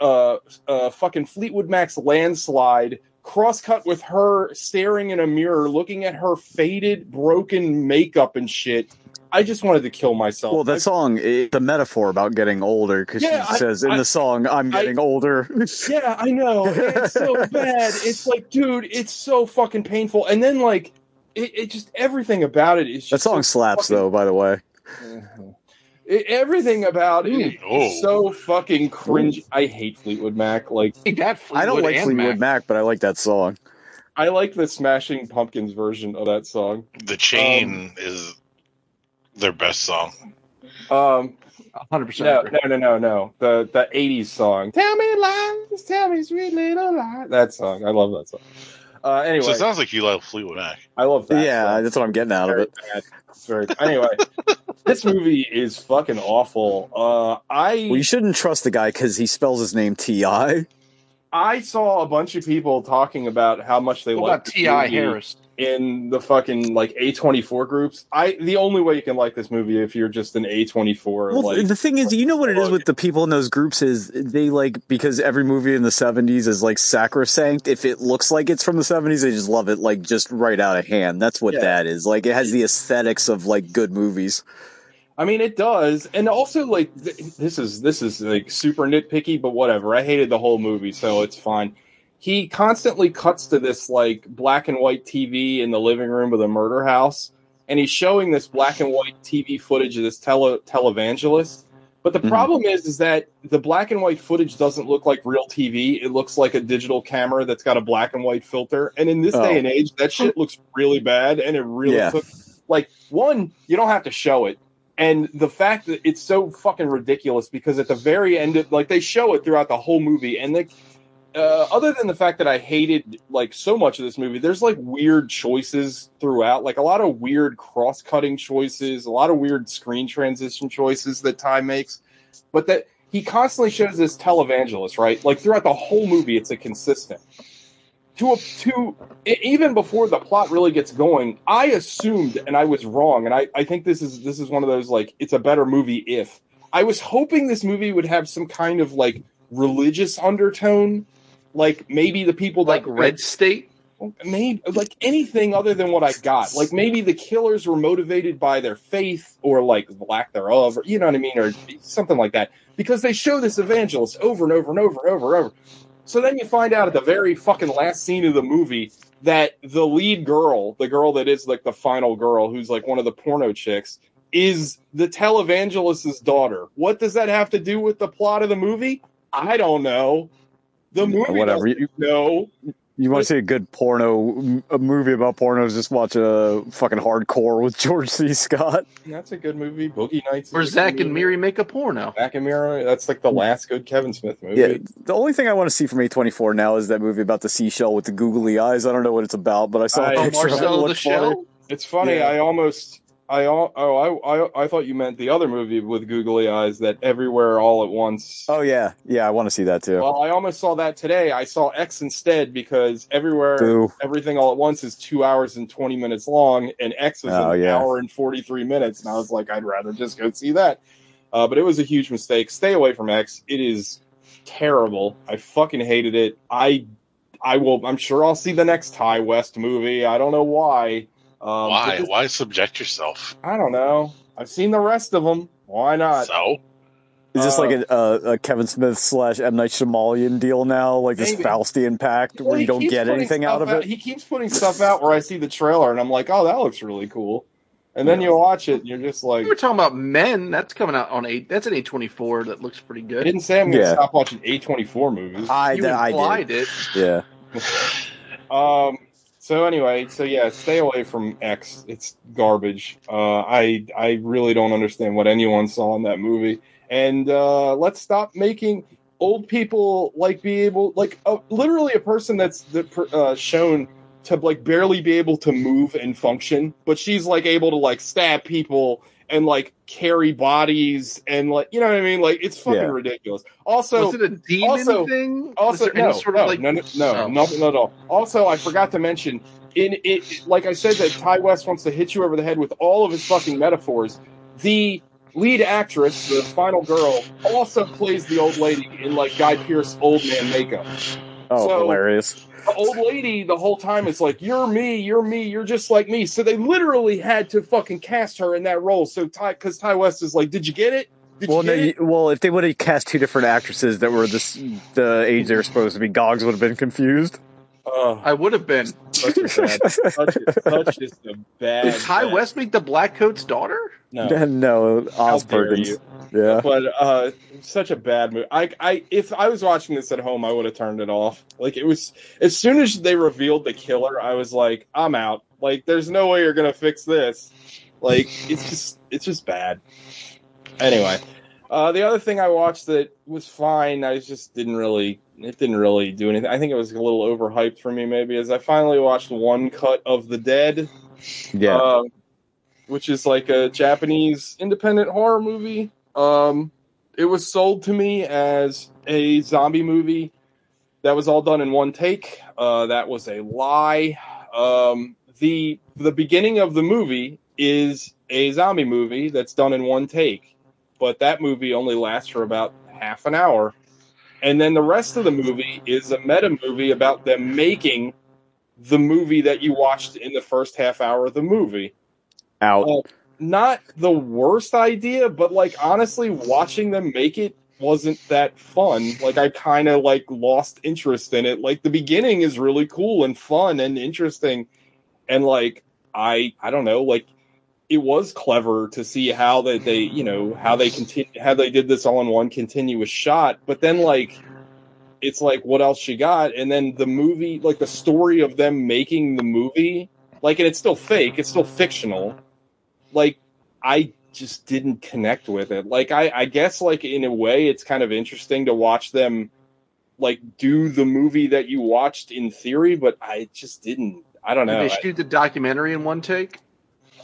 Speaker 1: uh, uh, fucking Fleetwood Mac's "Landslide." Cross cut with her staring in a mirror, looking at her faded, broken makeup and shit. I just wanted to kill myself.
Speaker 3: Well, that song, it's a metaphor about getting older because
Speaker 1: Yeah,
Speaker 3: she
Speaker 1: I-
Speaker 3: says in
Speaker 1: I-
Speaker 3: the song, I'm
Speaker 1: I-
Speaker 3: getting older.
Speaker 1: Yeah, I know. And It's so bad. It's like, dude, it's so fucking painful. And then like, it, it just everything about it is
Speaker 3: [LAUGHS] that
Speaker 1: just
Speaker 3: song
Speaker 1: so
Speaker 3: slaps,
Speaker 1: fucking-
Speaker 3: though, by the way.
Speaker 1: [LAUGHS] It- everything about it is
Speaker 4: Mm, oh.
Speaker 1: so fucking cringe. I hate Fleetwood Mac. Like,
Speaker 2: Take that
Speaker 3: I don't
Speaker 2: Fleetwood
Speaker 3: like
Speaker 2: and
Speaker 3: Fleetwood Mac.
Speaker 2: Mac.
Speaker 3: but I like that song.
Speaker 1: I like the Smashing Pumpkins version of that song.
Speaker 4: The Chain is their best song.
Speaker 1: Um,
Speaker 2: 100%.
Speaker 1: no,
Speaker 2: agree.
Speaker 1: no, no, no, no. The the '80s song. Tell me lies, tell me sweet little lies. That song. I love that song. Uh,
Speaker 4: So
Speaker 1: anyway,
Speaker 4: it sounds like you like Fleetwood Mac.
Speaker 1: I love that.
Speaker 3: yeah,
Speaker 1: song.
Speaker 3: that's what I'm getting out of
Speaker 1: very
Speaker 3: it.
Speaker 1: bad. It's very anyway. this movie is fucking awful. Uh, I
Speaker 3: Well, you shouldn't trust the guy because he spells his name T.I.
Speaker 1: I saw a bunch of people talking about how much they
Speaker 2: What
Speaker 1: like
Speaker 2: about T.I. Harris?
Speaker 1: in the fucking like A twenty four groups. I the only way you can like this movie if you're just an A twenty four
Speaker 3: Well,
Speaker 1: like
Speaker 3: the thing is, you know what it is with the people in those groups is they like because every movie in the '70s is like sacrosanct. If it looks like it's from the '70s, they just love it, like just right out of hand. That's what
Speaker 1: Yeah.
Speaker 3: that is. Like it has the aesthetics of like good movies.
Speaker 1: I mean, it does, and also like th- this is this is like super nitpicky, but whatever. I hated the whole movie, so it's fine. He constantly cuts to this like black and white TV in the living room of the murder house, and he's showing this black and white TV footage of this tele- televangelist. But the
Speaker 3: Mhm.
Speaker 1: problem is, is that the black and white footage doesn't look like real TV. It looks like a digital camera that's got a black and white filter. And in this
Speaker 3: Oh.
Speaker 1: day and age, that shit looks really bad, and it really
Speaker 3: Yeah.
Speaker 1: took like one you don't have to show it and the fact that it's so fucking ridiculous because at the very end of like they show it throughout the whole movie and like uh, other than the fact that i hated like so much of this movie there's like weird choices throughout like a lot of weird cross-cutting choices a lot of weird screen transition choices that ty makes but that he constantly shows this televangelist right like throughout the whole movie it's a consistent to a to e- even before the plot really gets going, I assumed and I was wrong, and I, I think this is this is one of those like it's a better movie if I was hoping this movie would have some kind of like religious undertone, like maybe the people that
Speaker 2: Like Red State?
Speaker 1: maybe like anything other than what I got. Like maybe the killers were motivated by their faith or like lack thereof, or you know what I mean, or something like that. Because they show this evangelist over and over and over and over and over. So then you find out at the very fucking last scene of the movie that the lead girl, the girl that is like the final girl, who's like one of the porno chicks, is the televangelist's daughter. What does that have to do with the plot of the movie? I don't know. The movie
Speaker 3: Whatever. You,
Speaker 1: No.
Speaker 3: you want to see a good porno, m- a movie about pornos? Just watch a fucking hardcore with George C. Scott.
Speaker 1: That's a good movie. Boogie Nights. is
Speaker 2: Where
Speaker 1: a good
Speaker 2: Zach and
Speaker 1: movie.
Speaker 2: Miri make a porno.
Speaker 1: Zach and Miri. That's like the last good Kevin Smith movie.
Speaker 3: Yeah, the only thing I want to see from A24 now is that movie about the seashell with the googly eyes. I don't know what it's about, but I saw a
Speaker 1: I-
Speaker 2: Oh,
Speaker 3: picture of it. it.
Speaker 2: Marcel the
Speaker 3: looked funny.
Speaker 2: Shell?
Speaker 1: It's funny.
Speaker 2: Yeah.
Speaker 1: I almost. I al- oh I, I I thought you meant the other movie with googly eyes that everywhere all at once.
Speaker 3: Oh yeah, yeah. I want to see that too.
Speaker 1: Well, I almost saw that today. I saw X instead because everywhere,
Speaker 3: Boo.
Speaker 1: everything all at once is two hours and twenty minutes long, and X was
Speaker 3: Oh,
Speaker 1: an
Speaker 3: yeah.
Speaker 1: hour and forty three minutes, and I was like, I'd rather just go see that. Uh, but it was a huge mistake. Stay away from X. It is terrible. I fucking hated it. I, I will. I'm sure I'll see the next Ty West movie. I don't know why. Um,
Speaker 4: why?
Speaker 1: but this-
Speaker 4: Why subject yourself?
Speaker 1: I don't know. I've seen the rest of them. Why not?
Speaker 4: so
Speaker 3: Is this
Speaker 1: uh,
Speaker 3: like a, a, a Kevin Smith slash M Night Shyamalan deal now? Like this
Speaker 1: Maybe.
Speaker 3: Faustian pact
Speaker 1: Well,
Speaker 3: where
Speaker 1: he
Speaker 3: you don't
Speaker 1: keeps
Speaker 3: get
Speaker 1: putting
Speaker 3: anything
Speaker 1: stuff
Speaker 3: out of it?
Speaker 1: He keeps putting stuff out where I see the trailer and I'm like, oh, that looks really cool. And then you watch it and you're just like,
Speaker 2: We were talking about men. That's coming out on eight. That's an eight twenty four. That looks pretty
Speaker 1: I
Speaker 2: good.
Speaker 1: didn't say I'm going to
Speaker 3: Yeah.
Speaker 1: stop watching A24 movies.
Speaker 3: I,
Speaker 2: you
Speaker 3: did- I
Speaker 2: implied
Speaker 3: did.
Speaker 2: it.
Speaker 3: Yeah.
Speaker 1: Um, so anyway, so yeah, stay away from X. It's garbage. Uh, I I really don't understand what anyone saw in that movie. And uh, let's stop making old people like be able like uh, literally a person that's the, per- uh, shown to like barely be able to move and function, but she's like able to like stab people and like carry bodies and like you know what I mean? Like it's fucking
Speaker 3: Yeah.
Speaker 1: ridiculous. Also,
Speaker 2: was it a demon
Speaker 1: also-
Speaker 2: thing? Was
Speaker 1: also
Speaker 2: there
Speaker 1: no,
Speaker 2: any sort
Speaker 1: no,
Speaker 2: of like
Speaker 1: no, no, no,
Speaker 2: Oh.
Speaker 1: nothing at all. Also, I forgot to mention in it, like I said, that Ty West wants to hit you over the head with all of his fucking metaphors. The lead actress, the final girl, also plays the old lady in like Guy Pierce old man makeup.
Speaker 3: Oh,
Speaker 1: So-
Speaker 3: hilarious.
Speaker 1: The old lady the whole time is like, "You're me, you're me, you're just like me." So they literally had to fucking cast her in that role. So Ty, because Ty West is like, "Did you get it? Did
Speaker 3: Well,
Speaker 1: you
Speaker 3: no,
Speaker 1: get it?"
Speaker 3: you, well, if they would have cast two different actresses that were this the age they were supposed to be, Gogs would have been confused.
Speaker 1: Ugh,
Speaker 2: I would have been.
Speaker 1: such a
Speaker 3: [LAUGHS]
Speaker 1: bad, Oh, such, a, such just a bad.
Speaker 2: Did Ty
Speaker 1: bad-
Speaker 2: West make the Black Coat's daughter?
Speaker 1: No.
Speaker 3: no,
Speaker 1: How
Speaker 3: Oz
Speaker 1: dare
Speaker 3: Perkins.
Speaker 1: you.
Speaker 3: Yeah.
Speaker 1: But uh, such a bad movie. I, I, if I was watching this at home, I would have turned it off. Like it was as soon as they revealed the killer, I was like, I'm out. Like there's no way you're gonna fix this. Like it's just, it's just bad. Anyway, uh, the other thing I watched that was fine. I just didn't really, it didn't really do anything. I think it was a little overhyped for me. Maybe is I finally watched One Cut of the Dead
Speaker 3: Yeah.
Speaker 1: um, which is like a Japanese independent horror movie. Um, it was sold to me as a zombie movie that was all done in one take. Uh, that was a lie. Um, the The beginning of the movie is a zombie movie that's done in one take, but that movie only lasts for about half an hour. And then the rest of the movie is a meta movie about them making the movie that you watched in the first half hour of the movie.
Speaker 3: Out.
Speaker 1: uh, Not the worst idea, but like honestly, watching them make it wasn't that fun. Like I kind of like lost interest in it. Like the beginning is really cool and fun and interesting, and like I I don't know like. It was clever to see how that they, you know, how they continue, how they did this all in one continuous shot. But then, like, it's like what else you got and then the movie like the story of them making the movie like and it's still fake it's still fictional like i just didn't connect with it like i i guess like in a way it's kind of interesting to watch them like do the movie that you watched in theory but i just didn't i don't know
Speaker 2: Did they
Speaker 1: I-
Speaker 2: shoot the documentary in one take?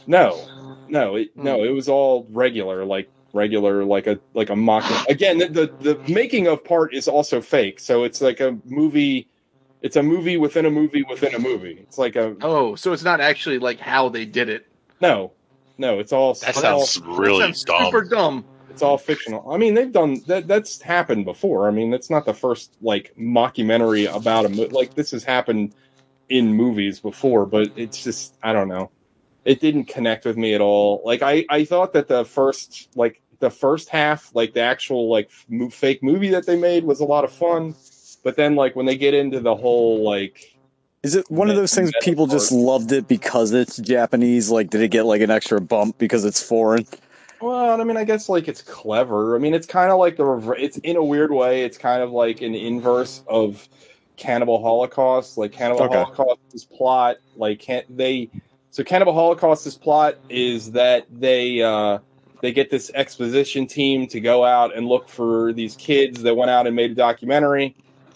Speaker 4: Mm.
Speaker 1: no no it, no it was all regular like regular like a like a mock again the, the the making of part is also fake so it's like a movie it's a movie within a movie within a movie it's like a
Speaker 2: Oh, so it's not actually like how they did it.
Speaker 1: no no it's all
Speaker 4: that
Speaker 1: it's
Speaker 4: sounds really
Speaker 2: That sounds
Speaker 4: dumb.
Speaker 2: Super dumb.
Speaker 1: all, it's all fictional i mean they've done that that's happened before i mean that's not the first like mockumentary about a mo- like this has happened in movies before but it's just i don't know it didn't connect with me at all. Like I, I thought that the first, like the first half, like the actual like mo- fake movie that they made was a lot of fun, but then like when they get into the whole like,
Speaker 3: Is it one of
Speaker 1: Meta-
Speaker 3: those things
Speaker 1: meta
Speaker 3: people just
Speaker 1: part.
Speaker 3: loved it because it's Japanese? Like, did it get like an extra bump because it's foreign?
Speaker 1: well, I mean, I guess like it's clever. I mean, it's kind of like the rever- it's in a weird way, it's kind of like an inverse of Cannibal Holocaust. Like Cannibal
Speaker 3: Okay.
Speaker 1: Holocaust's plot, like can they? So Cannibal Holocaust's plot is that they. uh they get this exposition team to go out and look for these kids that went out and made a documentary,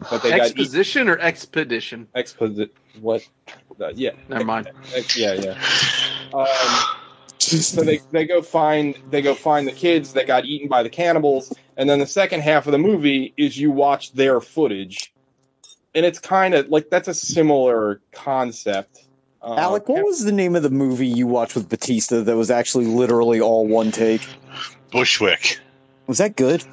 Speaker 1: but they got eat-
Speaker 2: Exposition or expedition?
Speaker 1: exposi- what? Uh, yeah, [LAUGHS]
Speaker 2: Never mind.
Speaker 1: ex- yeah, yeah. Um, so they, they go find they go find the kids that got eaten by the cannibals and then the second half of the movie is you watch their footage and it's kind of like that's a similar concept Uh,
Speaker 3: [LAUGHS] Alec, what
Speaker 1: Kevin-
Speaker 3: was the name of the movie you watched with Batista that was actually literally all one take?
Speaker 4: Bushwick.
Speaker 3: Was that good?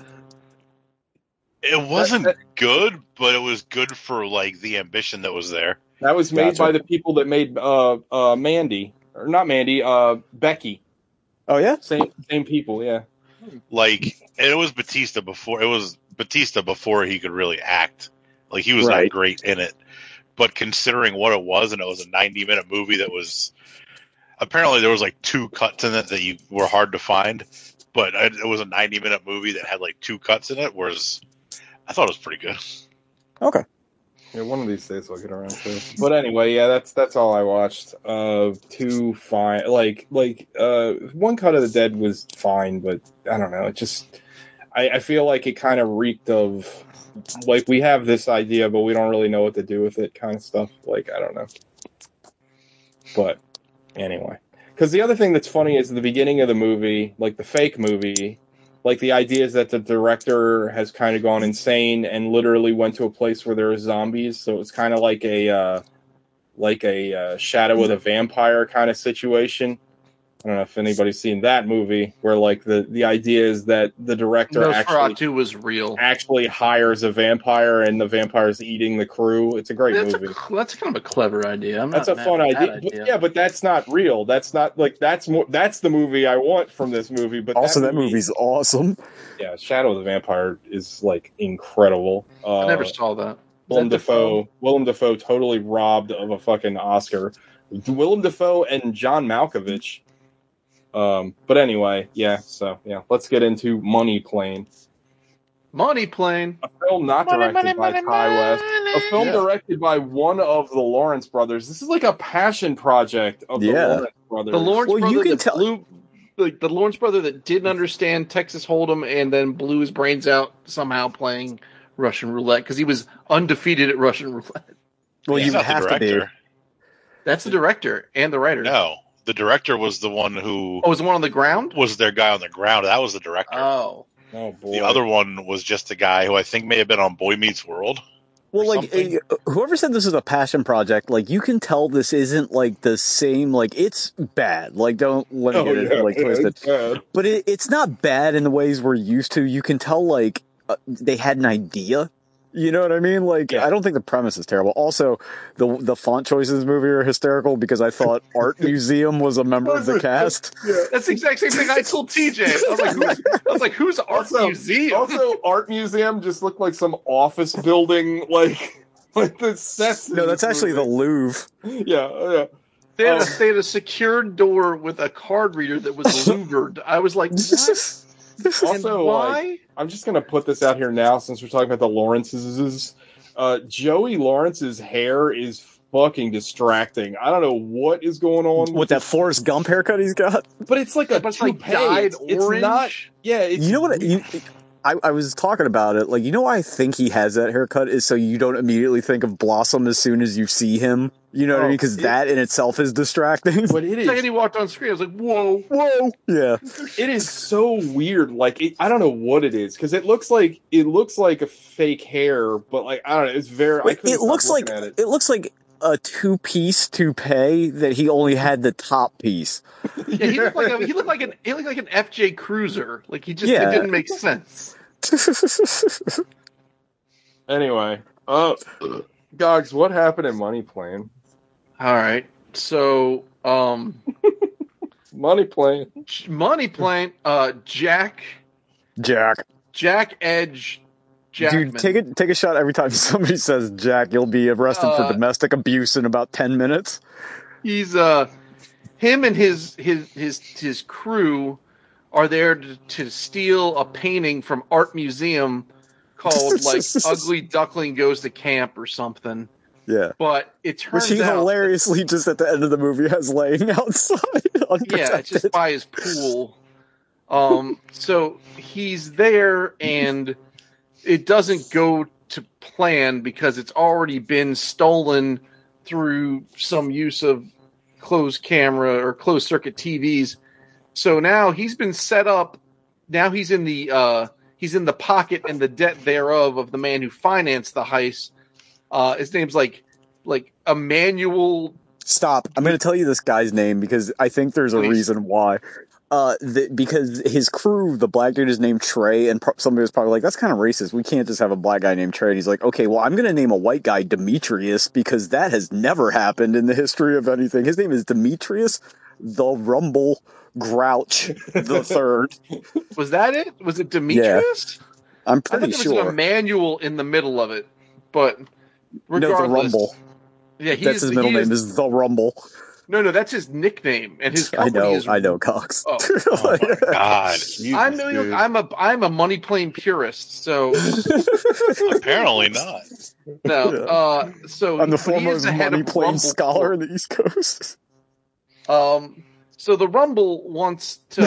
Speaker 4: It wasn't good, but it was good for like the ambition that was there.
Speaker 1: that was made
Speaker 3: Gotcha.
Speaker 1: by the people that made uh uh mandy or not mandy uh becky
Speaker 3: Oh yeah,
Speaker 1: same same people yeah
Speaker 4: Like, and it was Batista before it was Batista before he could really act. Like he was
Speaker 3: Right.
Speaker 4: not great in it, but considering what it was, and it was a ninety-minute movie that was apparently there was like two cuts in it that you were hard to find, but it it was a ninety-minute movie that had like two cuts in it. Whereas I thought it was pretty good.
Speaker 1: yeah one of these days i'll get around to it but anyway yeah that's that's all i watched uh two fine like like uh one cut of the dead was fine but i don't know it just i, I feel like it kind of reeked of like we have this idea but we don't really know what to do with it kind of stuff like i don't know but anyway because the other thing that's funny is the beginning of the movie like the fake movie like the idea is that the director has kind of gone insane and literally went to a place where there are zombies so it's kind of like a uh like a uh, shadow of the vampire kind of situation i don't know if anybody's seen that movie where like the the idea is that the director actually
Speaker 2: Nosferatu was real.
Speaker 1: actually hires a vampire and the vampire's eating the crew. It's a great
Speaker 2: That's a,
Speaker 1: movie.
Speaker 2: cl- that's kind of a clever idea. I'm
Speaker 1: that's a
Speaker 2: not mad
Speaker 1: fun
Speaker 2: at that
Speaker 1: idea. But, yeah, but that's not real. That's not like that's more that's the movie I want from this movie. But
Speaker 3: also that movie's awesome.
Speaker 1: yeah, Shadow of the Vampire is like incredible. Uh,
Speaker 2: I never saw that.
Speaker 1: Willem
Speaker 2: that Dafoe?
Speaker 1: Dafoe. Willem Dafoe totally robbed of a fucking Oscar. Willem Dafoe and John Malkovich. Um, but anyway, yeah. So yeah, let's get into Money Plane,
Speaker 2: Money plane.
Speaker 1: a film not directed by Ty West. a film
Speaker 2: Yeah.
Speaker 1: directed by one of the Lawrence brothers. This is like a passion project of the
Speaker 3: Yeah.
Speaker 1: Lawrence brothers.
Speaker 2: The Lawrence
Speaker 3: Well, you
Speaker 2: brother
Speaker 3: can
Speaker 2: that
Speaker 3: tell-
Speaker 2: blew, like the Lawrence brother that didn't understand Texas Hold'em and then blew his brains out somehow playing Russian roulette because he was undefeated at Russian roulette.
Speaker 3: Well,
Speaker 4: He's
Speaker 3: you
Speaker 4: not the
Speaker 3: have to be.
Speaker 4: director.
Speaker 2: That's the director and the writer.
Speaker 4: No, the director was the one who
Speaker 2: Oh, was the one on the ground?
Speaker 4: was their guy on the ground. That was the director.
Speaker 2: Oh,
Speaker 1: oh boy.
Speaker 4: the other one was just a guy who I think may have been on Boy Meets World.
Speaker 3: Well,
Speaker 4: or
Speaker 3: like
Speaker 4: something.
Speaker 3: uh, whoever said this is a passion project, like you can tell this isn't like the same. Like it's bad. Like don't let me
Speaker 1: Oh,
Speaker 3: get it
Speaker 1: yeah,
Speaker 3: like
Speaker 1: yeah,
Speaker 3: twisted.
Speaker 1: it's bad.
Speaker 3: but it, it's not bad in the ways we're used to. You can tell like uh, they had an idea. You know what I mean? Like
Speaker 1: Yeah.
Speaker 3: I don't think the premise is terrible. Also, the the font choices in this movie are hysterical because
Speaker 1: [LAUGHS]
Speaker 3: I thought Art Museum was a member of the cast.
Speaker 1: Yeah.
Speaker 2: that's the exact same thing I told TJ. I was like, who's, I was like, who's Art
Speaker 1: Also-
Speaker 2: Museum?
Speaker 1: Also, art museum just looked like some office building, [LAUGHS] like like the sets. in
Speaker 3: No, that's
Speaker 1: this
Speaker 3: actually the
Speaker 1: movie.
Speaker 3: Louvre.
Speaker 1: yeah yeah.
Speaker 2: they, had
Speaker 1: oh.
Speaker 2: a, they had a secured door with a card reader
Speaker 1: [LAUGHS]
Speaker 2: that was louvered. I was like,
Speaker 3: [LAUGHS]
Speaker 2: what? And
Speaker 1: Also,
Speaker 2: why?
Speaker 1: like, I'm just gonna put this out here now since we're talking about the Lawrences. Uh, Joey Lawrence's hair is fucking distracting. I don't know what is going on
Speaker 3: With that Forrest Gump haircut he's got.
Speaker 1: but it's like a
Speaker 2: but it's like
Speaker 1: toupee.
Speaker 2: dyed
Speaker 1: It's-
Speaker 2: orange.
Speaker 1: it's not Yeah, it's,
Speaker 3: you know what? You, I, I was talking about it. Like, you know why I think he has that haircut is so you don't immediately think of Blossom as soon as you see him. You know what I
Speaker 1: Oh,
Speaker 3: mean? Because
Speaker 1: it-
Speaker 3: that in itself is distracting. [LAUGHS]
Speaker 1: but
Speaker 2: [LAUGHS]
Speaker 1: it
Speaker 2: The second
Speaker 1: is
Speaker 2: he walked on screen, I was like, whoa.
Speaker 3: Whoa! Yeah.
Speaker 1: it is so weird. Like it, I don't know what it is because it looks like it looks like a fake hair, but like I don't know. It's very. I
Speaker 3: Wait,
Speaker 1: couldn't
Speaker 3: it
Speaker 1: stop
Speaker 3: looks
Speaker 1: looking
Speaker 3: like
Speaker 1: at
Speaker 3: it.
Speaker 1: it.
Speaker 3: looks like a two-piece toupee that he only had the top piece. [LAUGHS]
Speaker 2: Yeah, he looked like a, he looked like an he looked like an FJ Cruiser. Like he just
Speaker 3: Yeah.
Speaker 2: it didn't make sense.
Speaker 1: anyway. Uh, Gogs, what happened in Money Plane?
Speaker 2: All right, so um,
Speaker 1: Money Plane.
Speaker 2: money plane. Uh, Jack
Speaker 3: Jack,
Speaker 2: Jack Edge. Jackman.
Speaker 3: dude, take it. Take a shot every time somebody says Jack. You'll be arrested
Speaker 2: Uh,
Speaker 3: for domestic abuse in about ten minutes.
Speaker 2: He's uh, him and his his his his crew are there to, to steal a painting from art museum called like Ugly Duckling Goes to Camp or something.
Speaker 3: Yeah.
Speaker 2: But it turns
Speaker 3: Which he
Speaker 2: out
Speaker 3: hilariously just at the end of the movie has laying [LAUGHS] outside. [LAUGHS]
Speaker 2: yeah, it's
Speaker 3: unprotected.
Speaker 2: just by his pool. Um, so he's there, and it doesn't go to plan because it's already been stolen through some use of closed camera or closed circuit TVs. So now he's been set up. Now he's in the uh, he's in the pocket and the debt thereof of the man who financed the heist. Uh, his name's like like Emmanuel.
Speaker 3: Stop. I'm going to tell you this guy's name because I think there's a
Speaker 2: Please.
Speaker 3: reason why. Uh, th- because his crew, the black dude is named Trey, and pro- somebody was probably like, "That's kind of racist. We can't just have a black guy named Trey." And he's like, "Okay, well, I'm going to name a white guy Demetrius because that has never happened in the history of anything. His name is Demetrius the Rumble Grouch
Speaker 2: [LAUGHS]
Speaker 3: the Third.
Speaker 2: Was that it? Was it Demetrius?
Speaker 3: I'm
Speaker 2: I thought
Speaker 3: pretty
Speaker 2: there
Speaker 3: sure.
Speaker 2: was an Emmanuel in the middle of it, but regardless,
Speaker 3: No, the Rumble.
Speaker 2: Yeah, he
Speaker 3: That's
Speaker 2: is-
Speaker 3: his middle
Speaker 2: he
Speaker 3: name. Is the Rumble?
Speaker 2: No, no, that's his nickname, and his
Speaker 3: I
Speaker 2: company
Speaker 3: know.
Speaker 2: is.
Speaker 3: I know, Cox. [LAUGHS]
Speaker 2: Oh,
Speaker 4: Oh my [LAUGHS] god!
Speaker 2: I'm New York-
Speaker 1: dude.
Speaker 2: I'm a I'm a money plane purist,
Speaker 3: [LAUGHS]
Speaker 2: so [LAUGHS]
Speaker 4: Apparently not.
Speaker 2: no.
Speaker 3: Yeah.
Speaker 2: Uh, so
Speaker 3: I'm the
Speaker 2: but he is
Speaker 3: foremost
Speaker 2: the head
Speaker 3: money
Speaker 2: of
Speaker 3: plane
Speaker 2: Rumble
Speaker 3: scholar in the East Coast. [LAUGHS]
Speaker 2: Um, so the Rumble wants
Speaker 3: [LAUGHS]
Speaker 2: to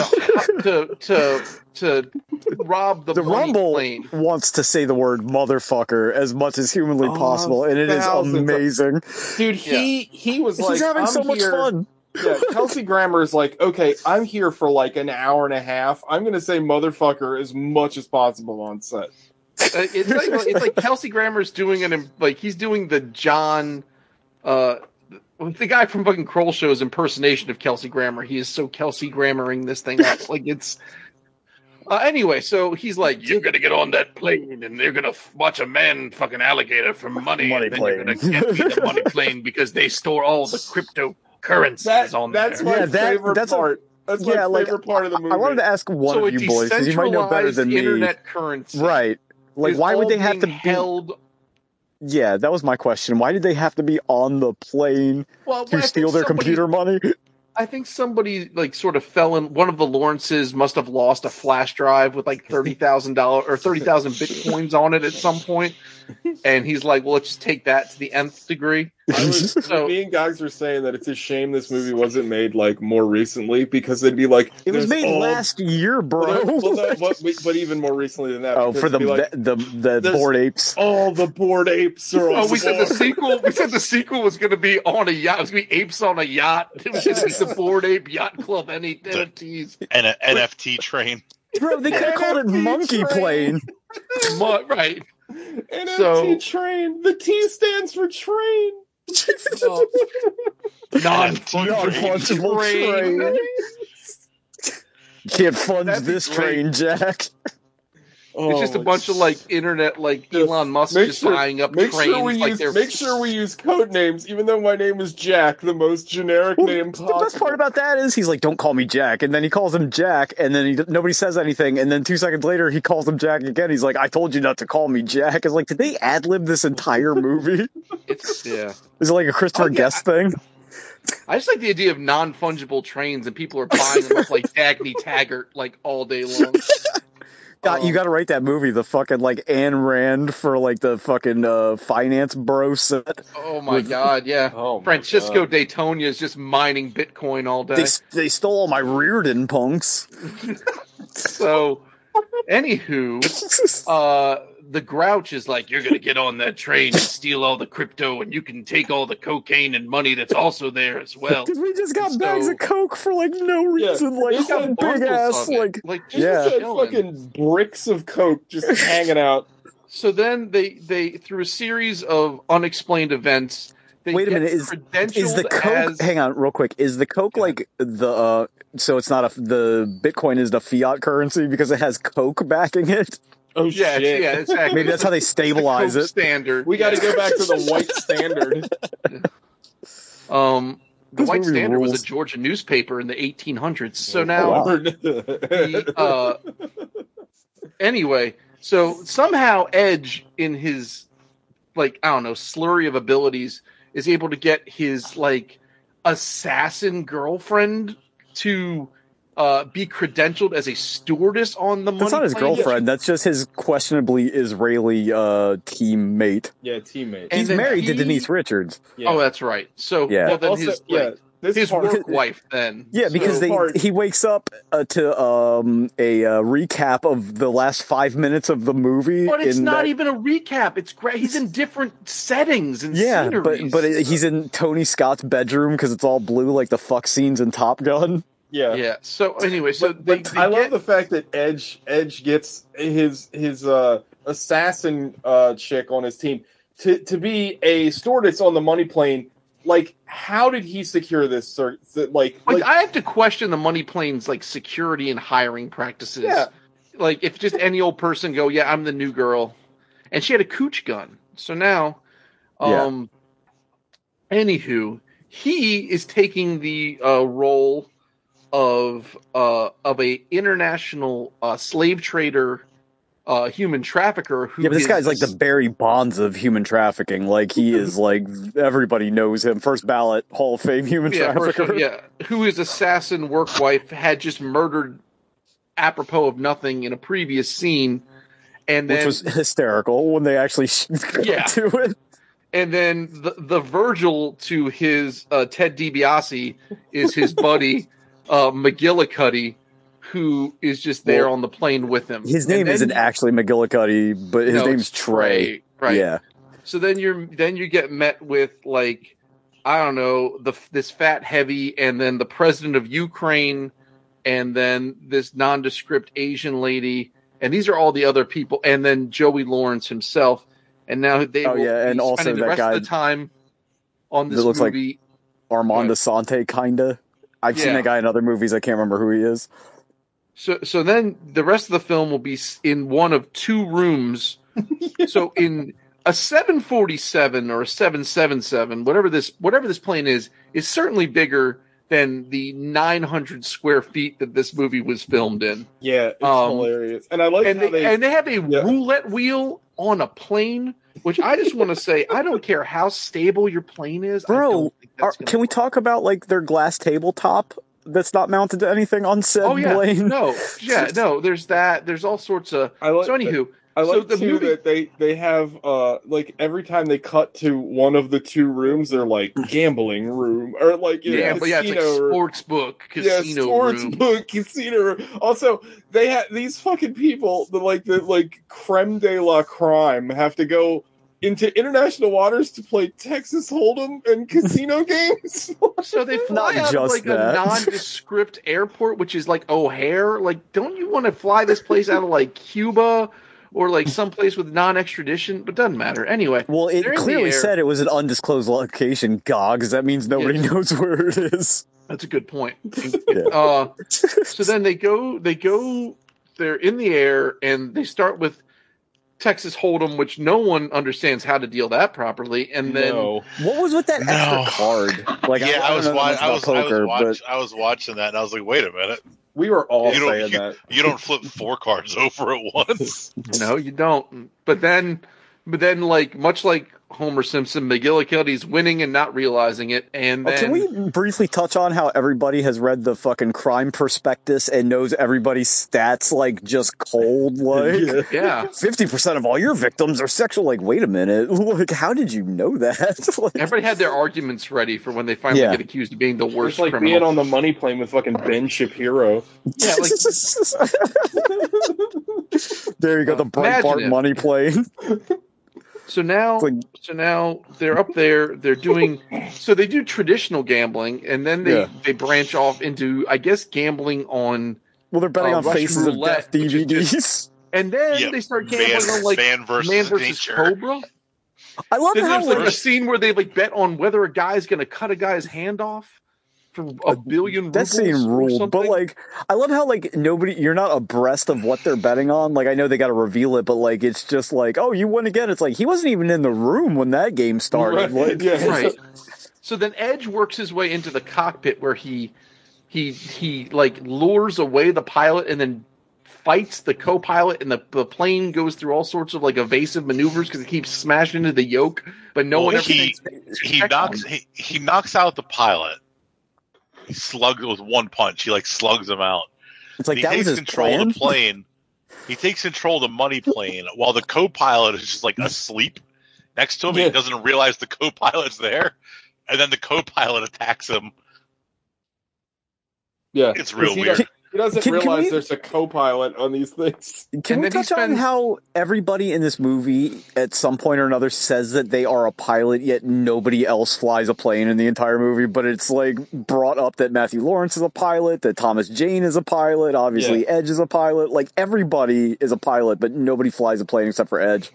Speaker 2: to to to rob the,
Speaker 3: The
Speaker 2: money
Speaker 3: Rumble
Speaker 2: plane.
Speaker 3: wants to say the word motherfucker as much as humanly
Speaker 1: Oh,
Speaker 3: possible, and it is
Speaker 1: thousands of-
Speaker 3: amazing.
Speaker 1: Dude, he he was like,
Speaker 3: He's having
Speaker 1: I'm
Speaker 3: so much
Speaker 1: here-
Speaker 3: fun.
Speaker 1: Yeah, Kelsey Grammer is like, okay, I'm here for like an hour and a half. I'm gonna say motherfucker as much as possible on set.
Speaker 2: Uh, It's like it's like Kelsey Grammer's doing an im- like he's doing the John, uh, the guy from fucking Kroll Show's impersonation of Kelsey Grammer. He is so Kelsey Grammering this thing up. Like it's. Uh, anyway, so he's like, "You're gonna get on that plane, and they're gonna f- watch a man fuck an alligator for money,
Speaker 3: Money
Speaker 2: and then you're gonna
Speaker 3: plane.
Speaker 2: get me
Speaker 3: [LAUGHS]
Speaker 2: the money plane because they store all the cryptocurrencies
Speaker 1: That,
Speaker 2: on
Speaker 1: that's
Speaker 2: there."
Speaker 1: my
Speaker 3: Yeah, that-
Speaker 1: favorite
Speaker 3: that's a-
Speaker 1: part. that's my
Speaker 3: yeah, like,
Speaker 1: favorite part of the movie.
Speaker 3: I wanted to ask one
Speaker 2: so
Speaker 3: of
Speaker 2: a
Speaker 3: you boys because
Speaker 2: decentralized
Speaker 3: you might know better than me,
Speaker 2: internet currency,
Speaker 3: right? Like,
Speaker 2: is
Speaker 3: why would
Speaker 2: all
Speaker 3: they have
Speaker 2: being
Speaker 3: to be?
Speaker 2: held
Speaker 3: Yeah, that was my question. Why did they have to be on the plane
Speaker 2: well,
Speaker 3: to
Speaker 2: I think
Speaker 3: steal their
Speaker 2: somebody-
Speaker 3: computer money?
Speaker 2: I think somebody like sort of fell in. One of the Lawrences must have lost a flash drive with like thirty thousand dollars or thirty thousand bitcoins on it at some point, and he's like, "Well, let's just take that to the nth degree."
Speaker 1: I was,
Speaker 2: So-
Speaker 1: me and Gogs were saying that it's a shame this movie wasn't made like more recently because they'd be like
Speaker 3: It was
Speaker 1: there's
Speaker 3: made
Speaker 1: all-
Speaker 3: last year,
Speaker 1: [LAUGHS]
Speaker 3: bro.
Speaker 1: Well, no, well, no, but, but even more recently than that.
Speaker 3: [LAUGHS] oh,
Speaker 1: because
Speaker 3: for the
Speaker 1: it'd be like,
Speaker 3: the the, the
Speaker 1: There's-
Speaker 3: board apes.
Speaker 1: all the bored apes
Speaker 3: [LAUGHS]
Speaker 1: are.
Speaker 2: Oh,
Speaker 1: on
Speaker 2: we said the
Speaker 1: board."
Speaker 2: sequel. We said the sequel was going to be on a yacht. It was going to be apes on a yacht. It was going to be the board ape yacht club any NFTs.
Speaker 4: And a NFT train.
Speaker 3: Bro, they could
Speaker 2: [LAUGHS]
Speaker 3: have called it
Speaker 1: NFT
Speaker 3: Monkey
Speaker 1: train.
Speaker 3: Plane.
Speaker 2: Mu- Right?
Speaker 3: [LAUGHS]
Speaker 1: NFT
Speaker 2: So-
Speaker 1: train. The T stands for train.
Speaker 2: [LAUGHS] No. Non
Speaker 3: [LAUGHS] Non-fungible train.
Speaker 2: train.
Speaker 3: Can't fund
Speaker 2: That'd be
Speaker 3: this
Speaker 2: great. Oh,
Speaker 3: train, Jack.
Speaker 2: It's just a bunch of like internet, like
Speaker 1: Just
Speaker 2: Elon Musk
Speaker 1: make
Speaker 2: just
Speaker 1: sure-
Speaker 2: buying up
Speaker 1: Make
Speaker 2: trains
Speaker 1: sure we
Speaker 2: like
Speaker 1: use
Speaker 2: they're
Speaker 1: make sure we use code names, even though my name is Jack, the most generic
Speaker 3: Well,
Speaker 1: name possible.
Speaker 3: The best part about that is he's like, "Don't call me Jack," and then he calls him Jack, and then he, nobody says anything, and then two seconds later he calls him Jack again. He's like, "I told you not to call me Jack." It's like, did they ad lib this entire movie? [LAUGHS]
Speaker 1: [LAUGHS]
Speaker 2: It's yeah.
Speaker 3: is it like a Christopher
Speaker 2: Oh, yeah.
Speaker 3: Guest thing?
Speaker 2: I just like the idea of non fungible trains and people are buying them up like
Speaker 3: [LAUGHS]
Speaker 2: Dagny Taggart like all day long.
Speaker 3: God, you
Speaker 2: Um,
Speaker 3: got to write that movie, the fucking like Ayn Rand for like the fucking uh, finance bro set.
Speaker 2: Oh my god, yeah.
Speaker 1: oh, my
Speaker 2: Francisco
Speaker 1: God.
Speaker 2: Daytonia is just mining Bitcoin all day.
Speaker 3: They they stole all my Reardon punks.
Speaker 2: So, anywho,
Speaker 3: [LAUGHS]
Speaker 2: uh, the Grouch is like, "You're gonna get on that train and steal all the crypto, and you can take all the cocaine and money that's also there as
Speaker 3: [LAUGHS]
Speaker 2: well."
Speaker 3: Because we just got
Speaker 2: So-
Speaker 3: bags of coke for like no
Speaker 1: Yeah,
Speaker 3: reason,
Speaker 1: they got
Speaker 3: like some big
Speaker 2: Bundles
Speaker 3: ass
Speaker 2: of it,
Speaker 3: like
Speaker 2: like
Speaker 1: Just
Speaker 2: just
Speaker 3: Yeah.
Speaker 1: had
Speaker 2: chilling.
Speaker 1: fucking bricks of coke just hanging
Speaker 3: [LAUGHS]
Speaker 1: out.
Speaker 2: So then they they through a series of unexplained events. They
Speaker 3: Wait a
Speaker 2: get
Speaker 3: minute, is-
Speaker 2: credentialed
Speaker 3: is the coke.
Speaker 2: as-
Speaker 3: Hang on, real quick. Is the coke
Speaker 2: Go
Speaker 3: like the uh, so it's not a the Bitcoin is the fiat currency because it has coke backing it.
Speaker 1: Oh
Speaker 2: yeah,
Speaker 1: shit!
Speaker 2: it's, yeah, exactly.
Speaker 3: Maybe that's how
Speaker 2: [LAUGHS]
Speaker 3: they
Speaker 2: It's the
Speaker 3: stabilize
Speaker 2: Coke
Speaker 3: it.
Speaker 2: Standard.
Speaker 1: We got to
Speaker 2: Yeah.
Speaker 1: go back to the [LAUGHS] white standard.
Speaker 2: Um, the
Speaker 3: This
Speaker 2: White
Speaker 3: movie
Speaker 2: Standard was
Speaker 3: rules.
Speaker 2: a Georgia newspaper in the 1800s. So
Speaker 1: Oh,
Speaker 2: now,
Speaker 3: wow.
Speaker 1: Lord. [LAUGHS]
Speaker 2: the, uh, [LAUGHS] anyway, so somehow Edge, in his like I don't know slurry of abilities, is able to get his like assassin girlfriend to uh, be credentialed as a stewardess on the money.
Speaker 3: That's not his
Speaker 2: plane.
Speaker 3: girlfriend. That's just his questionably Israeli uh, teammate.
Speaker 1: yeah, teammate.
Speaker 2: And
Speaker 3: He's
Speaker 2: then
Speaker 3: married to
Speaker 2: he-
Speaker 3: Denise Richards.
Speaker 1: Yeah.
Speaker 2: Oh, that's right. So
Speaker 3: Yeah.
Speaker 2: well, then
Speaker 1: Also-
Speaker 2: his
Speaker 1: yeah.
Speaker 2: like,
Speaker 1: This
Speaker 2: his
Speaker 1: part-
Speaker 2: work wife then.
Speaker 3: Yeah, because
Speaker 1: So
Speaker 3: they
Speaker 1: hard.
Speaker 3: he wakes up uh, to um, a uh, recap of the last five minutes of the movie.
Speaker 2: But it's
Speaker 3: in
Speaker 2: not
Speaker 3: that-
Speaker 2: even a recap. It's great. He's in different settings and
Speaker 3: Yeah,
Speaker 2: sceneries.
Speaker 3: but but it, he's in Tony Scott's bedroom because it's all blue, like the fuck scenes in Top Gun.
Speaker 1: [LAUGHS] yeah.
Speaker 2: yeah. So anyway, so
Speaker 1: But-
Speaker 2: they,
Speaker 1: but
Speaker 2: they
Speaker 1: I love
Speaker 2: get-
Speaker 1: the fact that Edge Edge gets his his uh, assassin uh, chick on his team to to be a store that's on the money plane. Like, how did he secure this? Sir, like,
Speaker 2: Like,
Speaker 1: like
Speaker 2: I have to question the money plane's like security and hiring practices.
Speaker 1: Yeah.
Speaker 2: Like if just any old person go, yeah, I'm the new girl, and she had a cooch gun. So now,
Speaker 3: Yeah.
Speaker 2: um, anywho, he is taking the uh, role of uh of a international uh, slave trader, uh, human trafficker. Who
Speaker 3: Yeah, but this
Speaker 2: is-
Speaker 3: guy's like the Barry Bonds of human trafficking.
Speaker 2: [LAUGHS]
Speaker 3: Like he is like everybody knows him. First ballot Hall of Fame human
Speaker 2: yeah,
Speaker 3: trafficker.
Speaker 2: person- yeah, who is assassin work wife had just murdered apropos of nothing in a previous scene, and
Speaker 3: Which
Speaker 2: then
Speaker 3: was hysterical when they actually [LAUGHS] got
Speaker 2: Yeah.
Speaker 3: to it.
Speaker 2: and then the, the Virgil to his uh, Ted DiBiase is his
Speaker 3: [LAUGHS]
Speaker 2: buddy uh, McGillicuddy, who is just there
Speaker 3: Well,
Speaker 2: on the plane with him.
Speaker 3: His
Speaker 2: And
Speaker 3: name
Speaker 2: then-
Speaker 3: isn't actually McGillicuddy, but his
Speaker 2: No,
Speaker 3: name's
Speaker 2: it's
Speaker 3: Trey.
Speaker 2: Right.
Speaker 3: Yeah.
Speaker 2: So then you're then you get met with like I don't know the this fat heavy and then the president of Ukraine and then this nondescript Asian lady and these are all the other people and then Joey Lawrence himself and now they
Speaker 3: Oh,
Speaker 2: will
Speaker 3: yeah, and
Speaker 2: be
Speaker 3: also
Speaker 2: spending the
Speaker 3: that
Speaker 2: rest
Speaker 3: guy
Speaker 2: of the time on this
Speaker 3: that looks like-
Speaker 2: movie
Speaker 3: Armand
Speaker 2: Right.
Speaker 3: Asante, kinda. I've seen
Speaker 2: Yeah.
Speaker 3: that guy in other movies. I can't remember who he is.
Speaker 2: So so then the rest of the film will be s- in one of two
Speaker 1: [LAUGHS]
Speaker 2: rooms. so in a 747 or a 777, whatever this whatever this plane is, is certainly bigger than the 900 square feet that this movie was filmed in.
Speaker 1: yeah, it's
Speaker 2: um,
Speaker 1: hilarious. And I like
Speaker 2: And
Speaker 1: how
Speaker 2: they,
Speaker 1: they,
Speaker 2: and they have a
Speaker 1: yeah.
Speaker 2: roulette wheel on a plane, which I just want to say, I don't care how stable your plane is. I
Speaker 3: Bro,
Speaker 2: don't think
Speaker 3: Are,
Speaker 2: that's gonna
Speaker 3: can we
Speaker 2: work.
Speaker 3: talk about like their glass tabletop that's not mounted to anything on said
Speaker 2: Oh yeah,
Speaker 3: plane?
Speaker 2: no, yeah, no. There's that. There's all sorts of.
Speaker 1: I like
Speaker 2: So anywho,
Speaker 1: I
Speaker 2: So
Speaker 1: like
Speaker 2: the
Speaker 1: too
Speaker 2: movie-
Speaker 1: that they they have uh like every time they cut to one of the two rooms, they're like gambling room or like you know,
Speaker 2: Yeah, but yeah, it's like
Speaker 1: casino room.
Speaker 2: sports book,
Speaker 1: yeah,
Speaker 2: casino
Speaker 1: sports
Speaker 2: room.
Speaker 1: book casino room. Also, they had these fucking people the like the like creme de la crime have to go into international waters to play Texas Hold'em and
Speaker 2: [LAUGHS]
Speaker 1: casino games.
Speaker 2: So they fly
Speaker 3: Not
Speaker 2: out of
Speaker 3: just
Speaker 2: like a
Speaker 3: that.
Speaker 2: nondescript airport, which is like O'Hare. Like, don't you want to fly this place out of like Cuba or like someplace with non-extradition? But doesn't matter anyway.
Speaker 3: Well, it
Speaker 2: They're in the
Speaker 3: clearly
Speaker 2: air.
Speaker 3: said it was an undisclosed location, Gogs. That means nobody knows where it is.
Speaker 2: That's a good point.
Speaker 3: Yeah.
Speaker 2: Uh, [LAUGHS] so then they go, they go, they're in the air, and they start with Texas Hold'em, which no one understands how to deal that properly, and then.
Speaker 1: no.
Speaker 3: What was with that
Speaker 4: No.
Speaker 3: extra card? Like,
Speaker 4: yeah, I,
Speaker 3: don't
Speaker 4: was
Speaker 3: know that
Speaker 4: wa- I
Speaker 3: much about
Speaker 4: was I
Speaker 3: poker,
Speaker 4: was, watch- I was watching that, and I was like, "Wait a minute,
Speaker 1: We were all
Speaker 4: You don't-
Speaker 1: saying that.
Speaker 4: you don't flip four cards [LAUGHS] over at once."
Speaker 2: No, you don't. But then, but then, like much like Homer Simpson, McGillicuddy's winning and not realizing it, and
Speaker 3: but
Speaker 2: then
Speaker 3: Oh, can we briefly touch on how everybody has read the fucking crime prospectus and knows everybody's stats like
Speaker 4: [LAUGHS]
Speaker 3: just cold? Like,
Speaker 1: Yeah.
Speaker 2: [LAUGHS] yeah,
Speaker 3: fifty percent of all your victims are sexual. Like, wait a minute, [LAUGHS] like, how did you know that? [LAUGHS] like,
Speaker 2: everybody had their arguments ready for when they finally
Speaker 3: Yeah.
Speaker 2: get accused of being the worst
Speaker 1: It's like
Speaker 2: criminal.
Speaker 1: being on the money plane with fucking Ben Shapiro.
Speaker 2: yeah,
Speaker 3: [LAUGHS]
Speaker 2: like-
Speaker 3: there you go, the Breitbart
Speaker 2: Imagine it.
Speaker 3: money plane.
Speaker 2: so now,
Speaker 3: Like-
Speaker 2: so now they're up there. They're doing so they do traditional gambling, and then they
Speaker 3: Yeah.
Speaker 2: they branch off into I guess gambling on,
Speaker 3: Well, they're betting
Speaker 2: Uh,
Speaker 3: on
Speaker 2: Russian
Speaker 3: Faces of
Speaker 2: roulette,
Speaker 3: Death
Speaker 2: which is
Speaker 3: DVDs.
Speaker 2: and then
Speaker 4: Yeah,
Speaker 2: they start gambling
Speaker 4: man,
Speaker 2: on like.
Speaker 4: man versus,
Speaker 2: Man versus
Speaker 4: nature.
Speaker 2: Cobra.
Speaker 3: [LAUGHS] I love
Speaker 2: Then
Speaker 3: how
Speaker 2: there's like
Speaker 3: like,
Speaker 2: a scene where they like bet on whether a guy's going to cut a guy's hand off for a
Speaker 3: Uh,
Speaker 2: billion
Speaker 3: that
Speaker 2: rubles.
Speaker 3: scene
Speaker 2: or
Speaker 3: ruled, but
Speaker 2: something.
Speaker 3: like, [LAUGHS] I love how like nobody, you're not abreast of what they're betting on. Like, I know they got to reveal it, but like, it's just like, oh, you won again. It's like he wasn't even in the room when that game
Speaker 2: [LAUGHS]
Speaker 3: started. Like,
Speaker 1: yeah.
Speaker 2: right. So then Edge works his way into the cockpit where he he he like lures away the pilot and then fights the co-pilot and the, the plane goes through all sorts of like evasive maneuvers because it keeps smashing into the yoke but no
Speaker 4: Well,
Speaker 2: one ever
Speaker 4: he-
Speaker 2: thinks
Speaker 4: he knocks he, he knocks out the pilot. He slugs with one punch. He like slugs him out.
Speaker 3: it's like
Speaker 4: he
Speaker 3: that was
Speaker 4: takes
Speaker 3: his
Speaker 4: control
Speaker 3: plan.
Speaker 4: of the plane. He takes control of the money plane while the co-pilot is just like asleep next to him.
Speaker 1: Yeah.
Speaker 4: He doesn't realize the co-pilot's there, and then the co-pilot attacks him
Speaker 1: Yeah,
Speaker 4: It's
Speaker 1: 'Cause
Speaker 4: real
Speaker 1: he
Speaker 4: weird.
Speaker 1: Doesn't, he doesn't
Speaker 3: Can- can
Speaker 1: realize
Speaker 3: we-
Speaker 1: there's a co-pilot on these
Speaker 3: [LAUGHS]
Speaker 1: things.
Speaker 3: Can
Speaker 2: And
Speaker 3: we
Speaker 2: then he
Speaker 3: touch on
Speaker 2: spends-
Speaker 3: how everybody in this movie at some point or another says that they are a pilot, yet nobody else flies a plane in the entire movie? But it's like brought up that Matthew Lawrence is a pilot, that Thomas Jane is a pilot, obviously Edge is a pilot. Like everybody is a pilot, but nobody flies a plane except for Edge.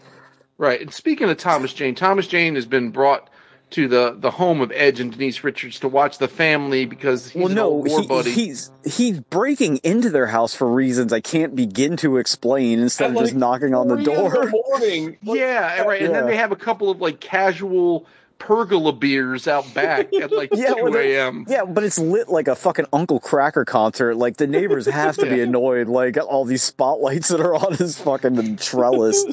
Speaker 2: Right. And speaking of Thomas Jane, Thomas Jane has been brought to the, the home of Edge and Denise Richards to watch the family because he's an old war
Speaker 3: he-
Speaker 2: buddy.
Speaker 3: he's he's breaking into their house for reasons I can't begin to explain. Instead of
Speaker 1: At,
Speaker 3: just
Speaker 1: like,
Speaker 3: knocking on the
Speaker 1: Three in
Speaker 3: door. [LAUGHS]
Speaker 1: morning. Like,
Speaker 2: yeah, right. And then
Speaker 3: Yeah.
Speaker 2: they have a couple of like casual pergola beers out back at like
Speaker 3: [LAUGHS] Yeah, well,
Speaker 2: two
Speaker 3: they-
Speaker 2: a.m.
Speaker 3: Yeah, but it's lit like a fucking Uncle Cracker concert. Like the neighbors have to be
Speaker 2: Yeah.
Speaker 3: annoyed, like at all these spotlights that are on his fucking trellis.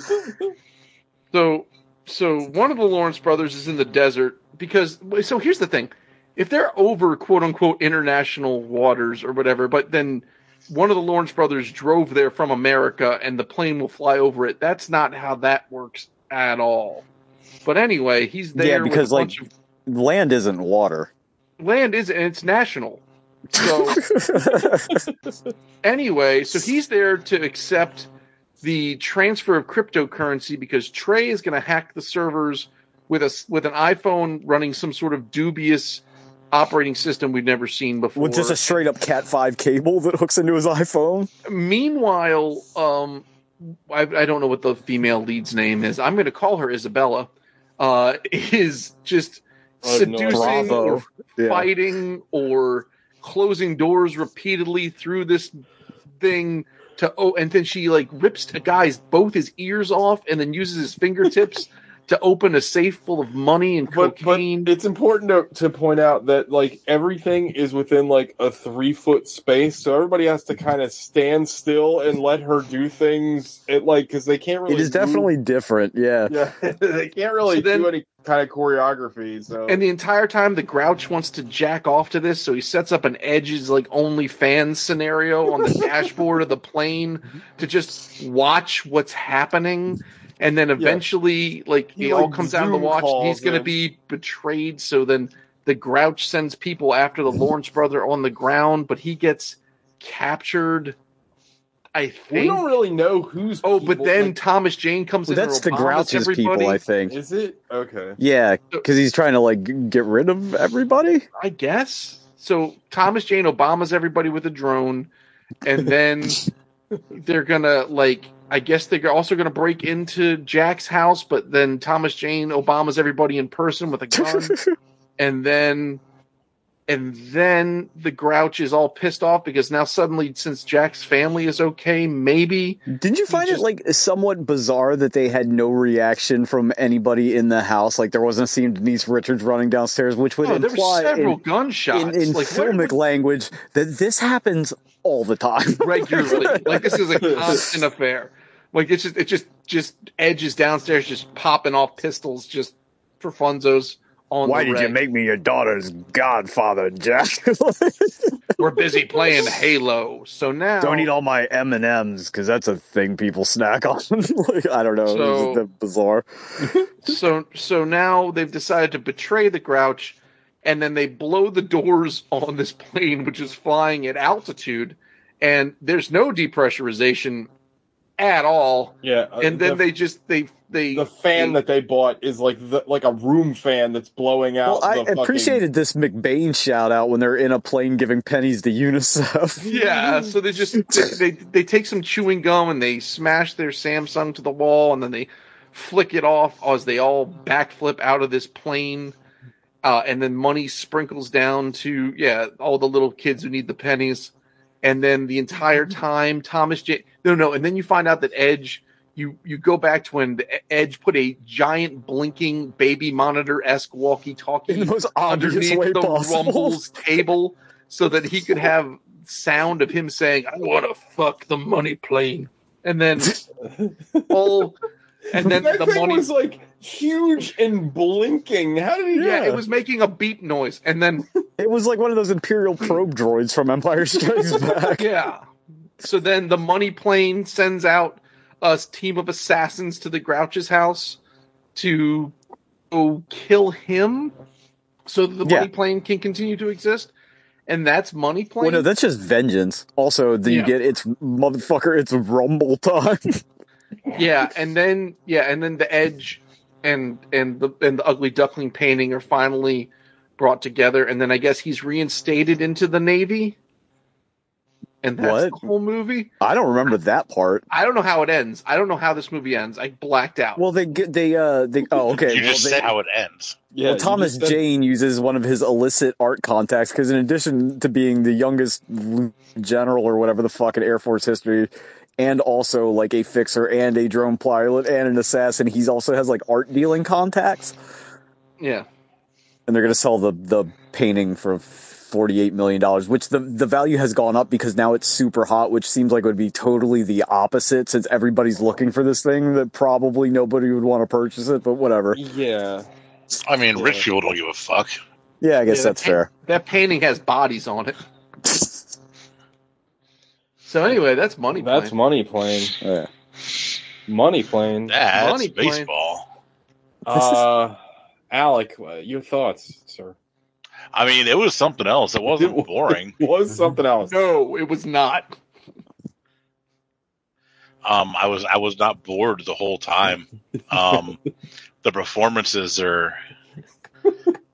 Speaker 2: So, so one of the Lawrence brothers is in the desert because. So here's the thing: if they're over "quote unquote" international waters or whatever, but then one of the Lawrence brothers drove there from America and the plane will fly over it. That's not how that works at all. But anyway, he's
Speaker 3: Yeah,
Speaker 2: there with
Speaker 3: because,
Speaker 2: a
Speaker 3: like-
Speaker 2: bunch of
Speaker 3: Land isn't water.
Speaker 2: land is and it's national. So anyway, so he's there to accept the transfer of cryptocurrency because Trey is going to hack the servers with a s- with an iPhone running some sort of dubious operating system we've never seen before.
Speaker 3: [LAUGHS] With just a straight up Cat five cable that hooks into his iPhone.
Speaker 2: Meanwhile, um, I, I don't know what the female lead's name is. I'm going to call her Isabella. Uh, [LAUGHS] is just
Speaker 1: I have no idea.
Speaker 2: seducing or
Speaker 3: Bravo. Yeah.
Speaker 2: fighting or closing doors repeatedly through this thing to oh and then she like rips a guy's both his ears off and then uses
Speaker 1: [LAUGHS]
Speaker 2: his fingertips to open a safe full of money and
Speaker 1: But, but
Speaker 2: cocaine
Speaker 1: it's important to, to point out that like everything is within like a three foot space, so everybody has to kind of stand still and let her do things. It like because they can't really.
Speaker 3: It is
Speaker 1: move-
Speaker 3: definitely different, yeah.
Speaker 1: [LAUGHS] Yeah, they can't really
Speaker 2: So then-
Speaker 1: do any kind of choreography. So
Speaker 2: and the entire time the grouch wants to jack off to this so he sets up an edges like only fan scenario on the dashboard of the plane to just watch what's happening and then eventually like
Speaker 1: He,
Speaker 2: it all
Speaker 1: like,
Speaker 2: comes down to the
Speaker 1: Zoom
Speaker 2: watch and
Speaker 1: calls
Speaker 2: he's going to
Speaker 1: in.
Speaker 2: be betrayed so then the grouch sends people after the lawrence brother on the ground but he gets captured i
Speaker 1: we
Speaker 2: think
Speaker 1: don't really know who's.
Speaker 2: oh but
Speaker 1: people,
Speaker 2: then
Speaker 1: like,
Speaker 2: thomas jane comes
Speaker 3: Well,
Speaker 2: in
Speaker 3: that's
Speaker 2: and
Speaker 3: the
Speaker 2: Obama's
Speaker 3: Grouch's people,
Speaker 2: everybody.
Speaker 3: I think.
Speaker 1: is it okay?
Speaker 3: Yeah, because he's trying to like g- get rid of everybody.
Speaker 2: I guess. So Thomas Jane Obama's everybody with a drone, and
Speaker 3: [LAUGHS]
Speaker 2: then they're gonna like I guess they're also gonna break into Jack's house, but then Thomas Jane Obama's everybody in person with a
Speaker 3: [LAUGHS]
Speaker 2: gun, and then and then the Grouch is all pissed off because now suddenly since Jack's family is okay, maybe
Speaker 3: Didn't you find
Speaker 2: just-
Speaker 3: it like somewhat bizarre that they had no reaction from anybody in the house? Like there wasn't a scene of Denise Richards running downstairs, which would
Speaker 2: oh, there were
Speaker 3: imply
Speaker 2: several
Speaker 3: in,
Speaker 2: gunshots
Speaker 3: in, in
Speaker 2: like where-
Speaker 3: filmic language that this happens all the time.
Speaker 2: regularly. like this is a constant affair. Like it's just it just just edges downstairs just popping off pistols just for funzos [LAUGHS] on the reg.
Speaker 3: make me your daughter's godfather, Jack? [LAUGHS]
Speaker 2: We're busy playing Halo. So now
Speaker 3: all my M and M's because that's a thing people snack on. [LAUGHS] like, I don't know, It's
Speaker 2: So-
Speaker 3: just bizarre.
Speaker 2: so so now they've decided to betray the grouch and then they blow the doors on this plane which is flying at altitude and there's no depressurization at all
Speaker 1: Yeah, uh,
Speaker 2: and then
Speaker 1: the,
Speaker 2: they just they they
Speaker 1: the fan that they bought is like the, like a room fan that's blowing out.
Speaker 3: Well, I
Speaker 1: the fucking-
Speaker 3: appreciated this McBain shout out when they're in a plane giving pennies to UNICEF. [LAUGHS]
Speaker 2: Yeah, so they just they, they they take some chewing gum and they smash their Samsung to the wall and then they flick it off as they all backflip out of this plane. Uh, and then money sprinkles down to yeah all the little kids who need the pennies, and then the entire time Thomas J no no and then you find out that Edge you you go back to when the Edge put a giant blinking baby monitor esque walkie talkie
Speaker 3: in the most obvious
Speaker 2: underneath
Speaker 3: way
Speaker 2: the
Speaker 3: possible.
Speaker 2: Rumbles table so that he could have sound of him saying, "I want to fuck the money plane," and then all, and then
Speaker 1: that
Speaker 2: the
Speaker 1: thing
Speaker 2: money.
Speaker 1: was like huge and blinking. How did he? do
Speaker 2: yeah,
Speaker 1: that?
Speaker 2: it was making a beep noise, and then
Speaker 3: It was like one of those Imperial [LAUGHS] probe droids from Empire [LAUGHS] Strikes Back.
Speaker 2: yeah, so then the money plane sends out a team of assassins to the Grouch's house to go kill him, so that the
Speaker 3: Yeah.
Speaker 2: money plane can continue to exist. and that's money
Speaker 3: Well,
Speaker 2: plane.
Speaker 3: no, that's just vengeance. Also, do you
Speaker 2: Yeah.
Speaker 3: get it's motherfucker, it's rumble [LAUGHS] time.
Speaker 2: yeah, and then yeah, and then the edge and and the and the ugly duckling painting are finally brought together, and then I guess he's reinstated into the navy. And that's
Speaker 3: What?
Speaker 2: the whole movie.
Speaker 3: I don't remember that part.
Speaker 2: I don't know how it ends. I don't know how this movie ends. I blacked out.
Speaker 3: Well, they get they uh they oh okay.
Speaker 4: You
Speaker 3: well,
Speaker 4: just
Speaker 3: they-
Speaker 4: said how it ends.
Speaker 1: Yeah,
Speaker 3: well,
Speaker 1: you
Speaker 3: Thomas
Speaker 1: just said-
Speaker 3: Jane uses one of his illicit art contacts because, in addition to being the youngest lieutenant general or whatever the fuck in Air Force history, and also like a fixer and a drone pilot and an assassin, he's also has like art dealing contacts.
Speaker 2: yeah.
Speaker 3: And they're going to sell the the painting for forty eight million dollars, which the the value has gone up because now it's super hot, which seems like would be totally the opposite since everybody's looking for this thing that probably nobody would want to purchase it, but whatever.
Speaker 1: Yeah,
Speaker 4: I mean,
Speaker 1: Yeah.
Speaker 4: rich people don't give a fuck.
Speaker 3: Yeah, I guess
Speaker 2: Yeah,
Speaker 3: that's
Speaker 2: that paint-
Speaker 3: fair. [LAUGHS]
Speaker 2: That painting has bodies on it. So anyway, that's money.
Speaker 1: that's
Speaker 2: plane.
Speaker 1: money plane.
Speaker 3: Yeah.
Speaker 1: Money plane.
Speaker 3: [LAUGHS]
Speaker 4: That's
Speaker 2: Money plane.
Speaker 4: baseball.
Speaker 1: Uh, Alec, uh, your thoughts, sir?
Speaker 4: I mean, it was something else. It
Speaker 3: [LAUGHS]
Speaker 4: wasn't
Speaker 1: It was.
Speaker 4: boring.
Speaker 1: Was something else?
Speaker 2: no, it was not.
Speaker 4: Um, I was I was not bored the whole time. Um, the performances are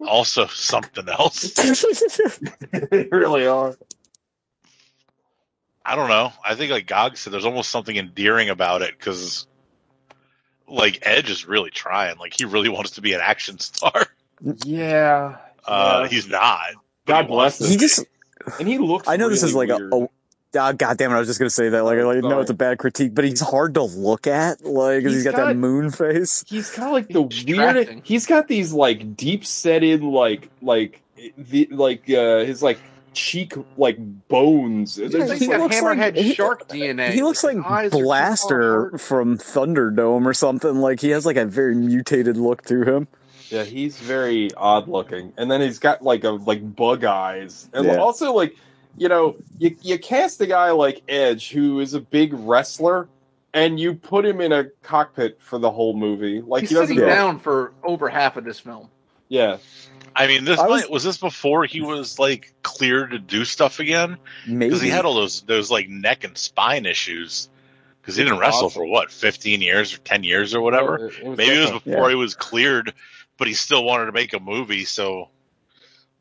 Speaker 4: also something else.
Speaker 1: [LAUGHS] they really are.
Speaker 4: I don't know. I think like Gog said, there's almost something endearing about it because like Edge is really trying. Like he really wants to be an action star. [LAUGHS]
Speaker 1: Yeah.
Speaker 4: Uh,
Speaker 1: Yeah.
Speaker 4: He's not. but
Speaker 1: God
Speaker 4: he
Speaker 1: bless
Speaker 4: wants to
Speaker 1: him.
Speaker 3: he
Speaker 4: be.
Speaker 3: just
Speaker 1: And he looks.
Speaker 3: I know this
Speaker 1: really
Speaker 3: is like
Speaker 1: weird.
Speaker 3: a. a Ah, God damn it! I was just gonna say that. Like, like no,
Speaker 1: Sorry.
Speaker 3: it's a bad critique, but he's hard to look at. Like, 'cause
Speaker 1: He's
Speaker 3: he's got,
Speaker 1: got-
Speaker 3: that moon face.
Speaker 1: he's got like the
Speaker 2: Distracting.
Speaker 1: weirdest. He's got these like deep setted like like the like uh his like cheek like bones. They're
Speaker 3: Yeah,
Speaker 1: just,
Speaker 2: He's
Speaker 3: he
Speaker 1: like-
Speaker 2: got
Speaker 3: looks
Speaker 2: hammerhead
Speaker 3: like- he-
Speaker 2: shark DNA.
Speaker 3: He looks like
Speaker 2: His eyes are too far
Speaker 3: Blaster
Speaker 2: apart.
Speaker 3: from Thunderdome or something. Like, he has like a very mutated look to him.
Speaker 1: yeah, he's very odd looking, and then he's got like a like bug eyes, and
Speaker 3: Yeah.
Speaker 1: also like you know you you cast a guy like Edge who is a big wrestler. And you put him in a cockpit for the whole movie, like
Speaker 2: He's
Speaker 1: he doesn't.
Speaker 2: sitting
Speaker 3: Yeah.
Speaker 2: down for over half of this film.
Speaker 1: Yeah,
Speaker 4: I mean, this
Speaker 3: I
Speaker 4: might-
Speaker 3: was-
Speaker 4: was, this before he was like cleared to do stuff again
Speaker 3: Maybe
Speaker 4: because he had all those those like neck and spine issues because he didn't
Speaker 1: That's
Speaker 4: wrestle
Speaker 1: awesome.
Speaker 4: for what 15 years or 10 years or whatever.
Speaker 1: It- it was
Speaker 4: Maybe it was
Speaker 1: definitely-
Speaker 4: before he was cleared, but he still wanted to make a movie, so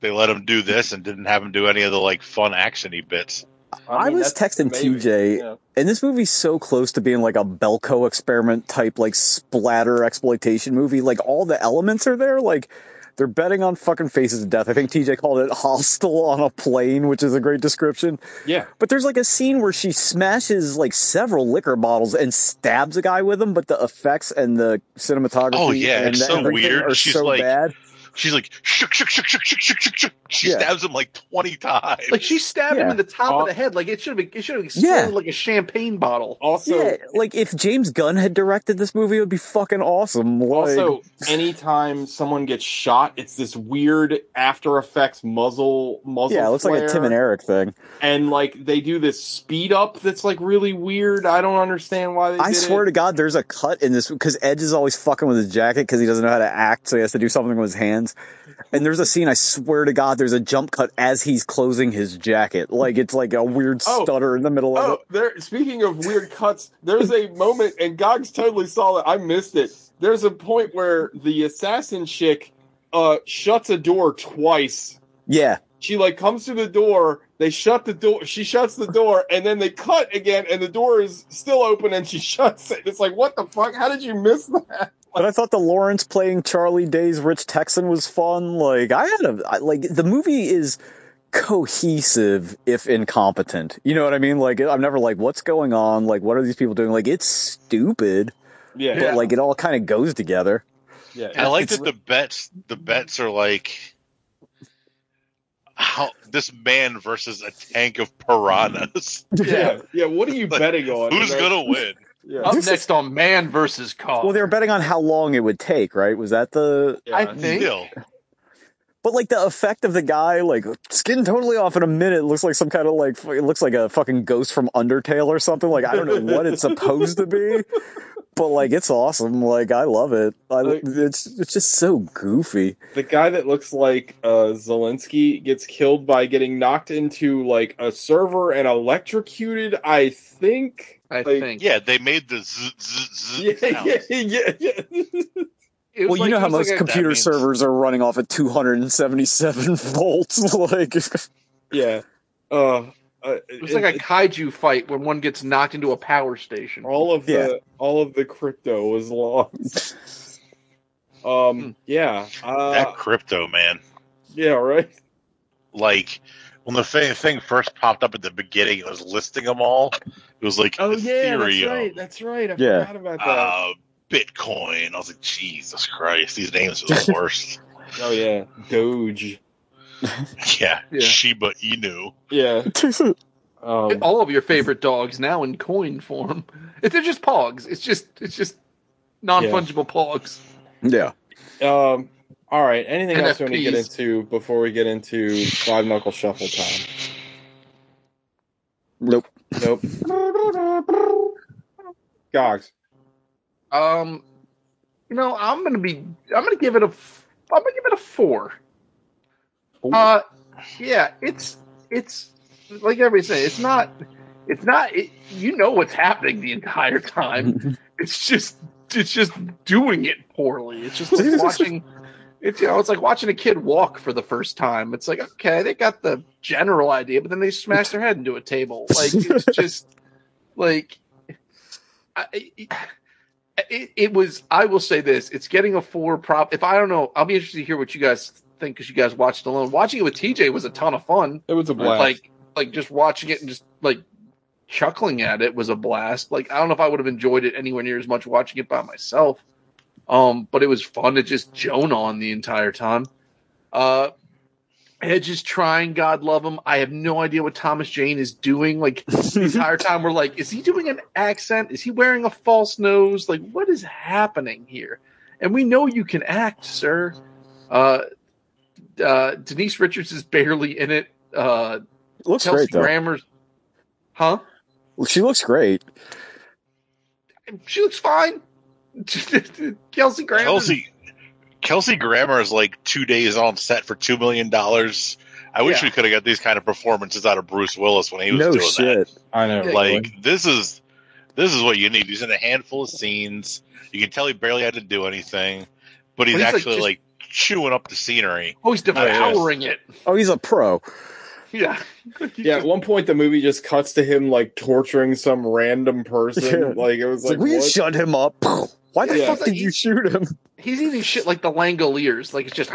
Speaker 4: they let him do this and didn't have him do any of the like fun actiony bits.
Speaker 3: I was
Speaker 1: that's
Speaker 3: texting
Speaker 1: amazing.
Speaker 3: TJ,
Speaker 1: Yeah.
Speaker 3: and this movie's so close to being like a Belko experiment type, like splatter exploitation movie. Like all the elements are there. Like they're betting on fucking faces of death. I think TJ called it hostile on a plane, which is a great description.
Speaker 1: Yeah,
Speaker 3: But there's like a scene where she smashes like several liquor bottles and stabs a guy with them. But the effects and the cinematography,
Speaker 4: Oh, yeah,
Speaker 3: and
Speaker 4: it's so
Speaker 3: everything
Speaker 4: weird.
Speaker 3: are
Speaker 4: She's
Speaker 3: so
Speaker 4: like-
Speaker 3: bad.
Speaker 4: She's like shook, shook, shook, shook, shook, shook, shook, shook. She
Speaker 3: Yeah.
Speaker 4: stabs him like 20 times.
Speaker 2: Like she stabbed him
Speaker 3: Yeah.
Speaker 2: in the top
Speaker 1: Uh,
Speaker 2: of the head. Like it should have. It should have
Speaker 3: Yeah.
Speaker 2: exploded like a champagne
Speaker 3: [LAUGHS]
Speaker 2: bottle.
Speaker 1: Also,
Speaker 3: yeah, like if James Gunn had directed this movie, it would be fucking awesome. Like,
Speaker 1: also, anytime someone gets shot, it's this weird After Effects muzzle muzzle.
Speaker 3: yeah, it looks like a
Speaker 1: flare,
Speaker 3: Tim and Eric thing.
Speaker 1: and like they do this speed up that's like really weird. I don't understand why they.
Speaker 3: I
Speaker 1: did
Speaker 3: swear
Speaker 1: it.
Speaker 3: to God, there's a cut in this because Edge is always fucking with his jacket because he doesn't know how to act, so he has to do something with his hands. And there's a scene. I swear to God, there's a jump cut as he's closing his jacket. Like it's like a weird
Speaker 1: Oh.
Speaker 3: stutter in the middle of
Speaker 1: Oh, there. Speaking of weird cuts, there's a moment, and Gogs totally saw that. I missed it. There's a point where the assassin chick uh shuts a door twice
Speaker 3: it. Yeah,
Speaker 1: she like comes through the door they shut the door she shuts the door and then they cut again and the door is still open and she [LAUGHS] shuts it it's like what the fuck how did you miss that
Speaker 3: but I thought the Lawrence playing Charlie Day's Rich Texan was fun. Like I had a I- like the movie is cohesive if incompetent. You know what I mean? Like I'm never like what's going on? Like what are these people doing? Like it's stupid,
Speaker 1: yeah
Speaker 3: but like it all kind of goes together.
Speaker 1: yeah
Speaker 4: I like that the bets the bets are like how this man versus a tank of piranhas.
Speaker 1: yeah yeah what are you
Speaker 4: Like,
Speaker 1: betting on
Speaker 4: Who's
Speaker 1: You know?
Speaker 4: gonna win?
Speaker 1: yeah.
Speaker 2: Up
Speaker 3: This is-
Speaker 2: next on Man versus Car.
Speaker 3: Well, they were betting on how long it would take, right? Was that the?
Speaker 1: Yeah.
Speaker 2: I think-
Speaker 4: Still,
Speaker 3: But like the effect of the guy, like skin totally off in a minute, looks like some kind of like it looks like a fucking ghost from Undertale or something. Like I don't know what it's supposed to be, but like it's awesome. Like I love it. I,
Speaker 1: Like-
Speaker 3: it's it's just so goofy.
Speaker 1: The guy that looks like uh, Zelensky gets killed by getting knocked into like a server and electrocuted. I think.
Speaker 2: I
Speaker 1: Like,
Speaker 2: think.
Speaker 4: Yeah, they made the zzz, zzz,
Speaker 1: [LAUGHS]
Speaker 4: zzz
Speaker 1: Yeah,
Speaker 4: sound.
Speaker 1: yeah, yeah, yeah.
Speaker 2: It was
Speaker 3: Well,
Speaker 2: like-
Speaker 3: you know
Speaker 2: it
Speaker 3: how
Speaker 2: was like
Speaker 3: most
Speaker 2: a-
Speaker 3: computer
Speaker 4: means-
Speaker 3: servers are running off at 277 [LAUGHS] volts. Like
Speaker 1: yeah. Uh, uh,
Speaker 2: It was like a kaiju fight when one gets knocked into a power station.
Speaker 1: all of
Speaker 3: Yeah.
Speaker 1: the all of the crypto was lost.
Speaker 2: Hmm.
Speaker 1: um. Yeah. Uh,
Speaker 4: that crypto man.
Speaker 1: yeah. Right.
Speaker 4: Like when the fa- thing first popped up at the beginning, it was listing them all. It was
Speaker 3: Oh,
Speaker 4: like Ethereum,
Speaker 1: That's Oh, right. I
Speaker 3: Yeah.
Speaker 1: forgot about
Speaker 4: uh, Bitcoin. I was like, Jesus Christ, these names are
Speaker 3: [LAUGHS]
Speaker 4: the worst.
Speaker 1: oh yeah. Doge.
Speaker 4: yeah,
Speaker 2: Yeah.
Speaker 4: Shiba Inu.
Speaker 1: Yeah.
Speaker 2: And
Speaker 1: Um,
Speaker 2: all of your favorite dogs now in coin form. If They're just pogs. It's just it's just non fungible pogs.
Speaker 3: [LAUGHS] yeah.
Speaker 1: um. All right. Anything else we want to get
Speaker 2: NFTs.
Speaker 1: into before we get into five knuckle shuffle time?
Speaker 3: Nope.
Speaker 1: Nope. Gogs.
Speaker 2: Um, you know, I'm gonna be I'm gonna give it a f- I'm gonna give it a four. Uh, yeah, it's it's like everybody said, it's not it's not it, you know what's happening the entire time.
Speaker 3: [LAUGHS]
Speaker 2: It's just it's just doing it poorly. It's just like watching. It's you know it's like watching a kid walk for the first time. It's like okay, they got the general idea, but then they smash their head into a table. Like it's just like I, it, it was. I will say this: it's getting a four prop. If I don't know, I'll be interested to hear what you guys think because you guys watched it alone. Watching it with TJ was a ton of fun.
Speaker 1: It was a blast.
Speaker 2: Like, like just watching it and just like chuckling at it was a blast. Like, I don't know if I would have enjoyed it anywhere near as much watching it by myself. Um, but it was fun to just joan on the entire time. Uh, Edge is trying, God love him. I have no idea what Thomas Jane is doing. Like, the
Speaker 3: [LAUGHS]
Speaker 2: entire time we're like, is he doing an accent? Is he wearing a false nose? Like, what is happening here? And we know you can act, sir. Uh, uh, Denise Richards is barely in it. Uh,
Speaker 3: looks
Speaker 2: Chelsea
Speaker 3: great though.
Speaker 2: Grammer's, huh?
Speaker 3: She looks great.
Speaker 2: She looks fine. [LAUGHS] Kelsey Grammer.
Speaker 4: Kelsey Kelsey Grammer is like two days on set for two million dollars. I wish
Speaker 2: Yeah.
Speaker 4: we could have got these kind of performances out of Bruce Willis when he was
Speaker 3: No
Speaker 4: doing that.
Speaker 3: shit.
Speaker 1: I know.
Speaker 4: Like this is this is what you need. He's in a handful of scenes. You can tell he barely had to do anything, but
Speaker 2: Well, he's,
Speaker 4: he's,
Speaker 2: like,
Speaker 4: actually
Speaker 2: just-
Speaker 4: like, chewing up the scenery.
Speaker 2: Oh, he's devouring it. [LAUGHS]
Speaker 3: Oh, he's a pro.
Speaker 2: Yeah.
Speaker 1: yeah, at one point the movie just cuts to him like torturing some random person.
Speaker 3: Yeah.
Speaker 1: Like it was
Speaker 3: It's like,
Speaker 1: like,
Speaker 3: we
Speaker 1: what?
Speaker 3: shut him up. [LAUGHS] Why the
Speaker 1: Yeah.
Speaker 3: fuck did you shoot him?
Speaker 2: [LAUGHS] He's eating shit like the Langoliers. Like it's just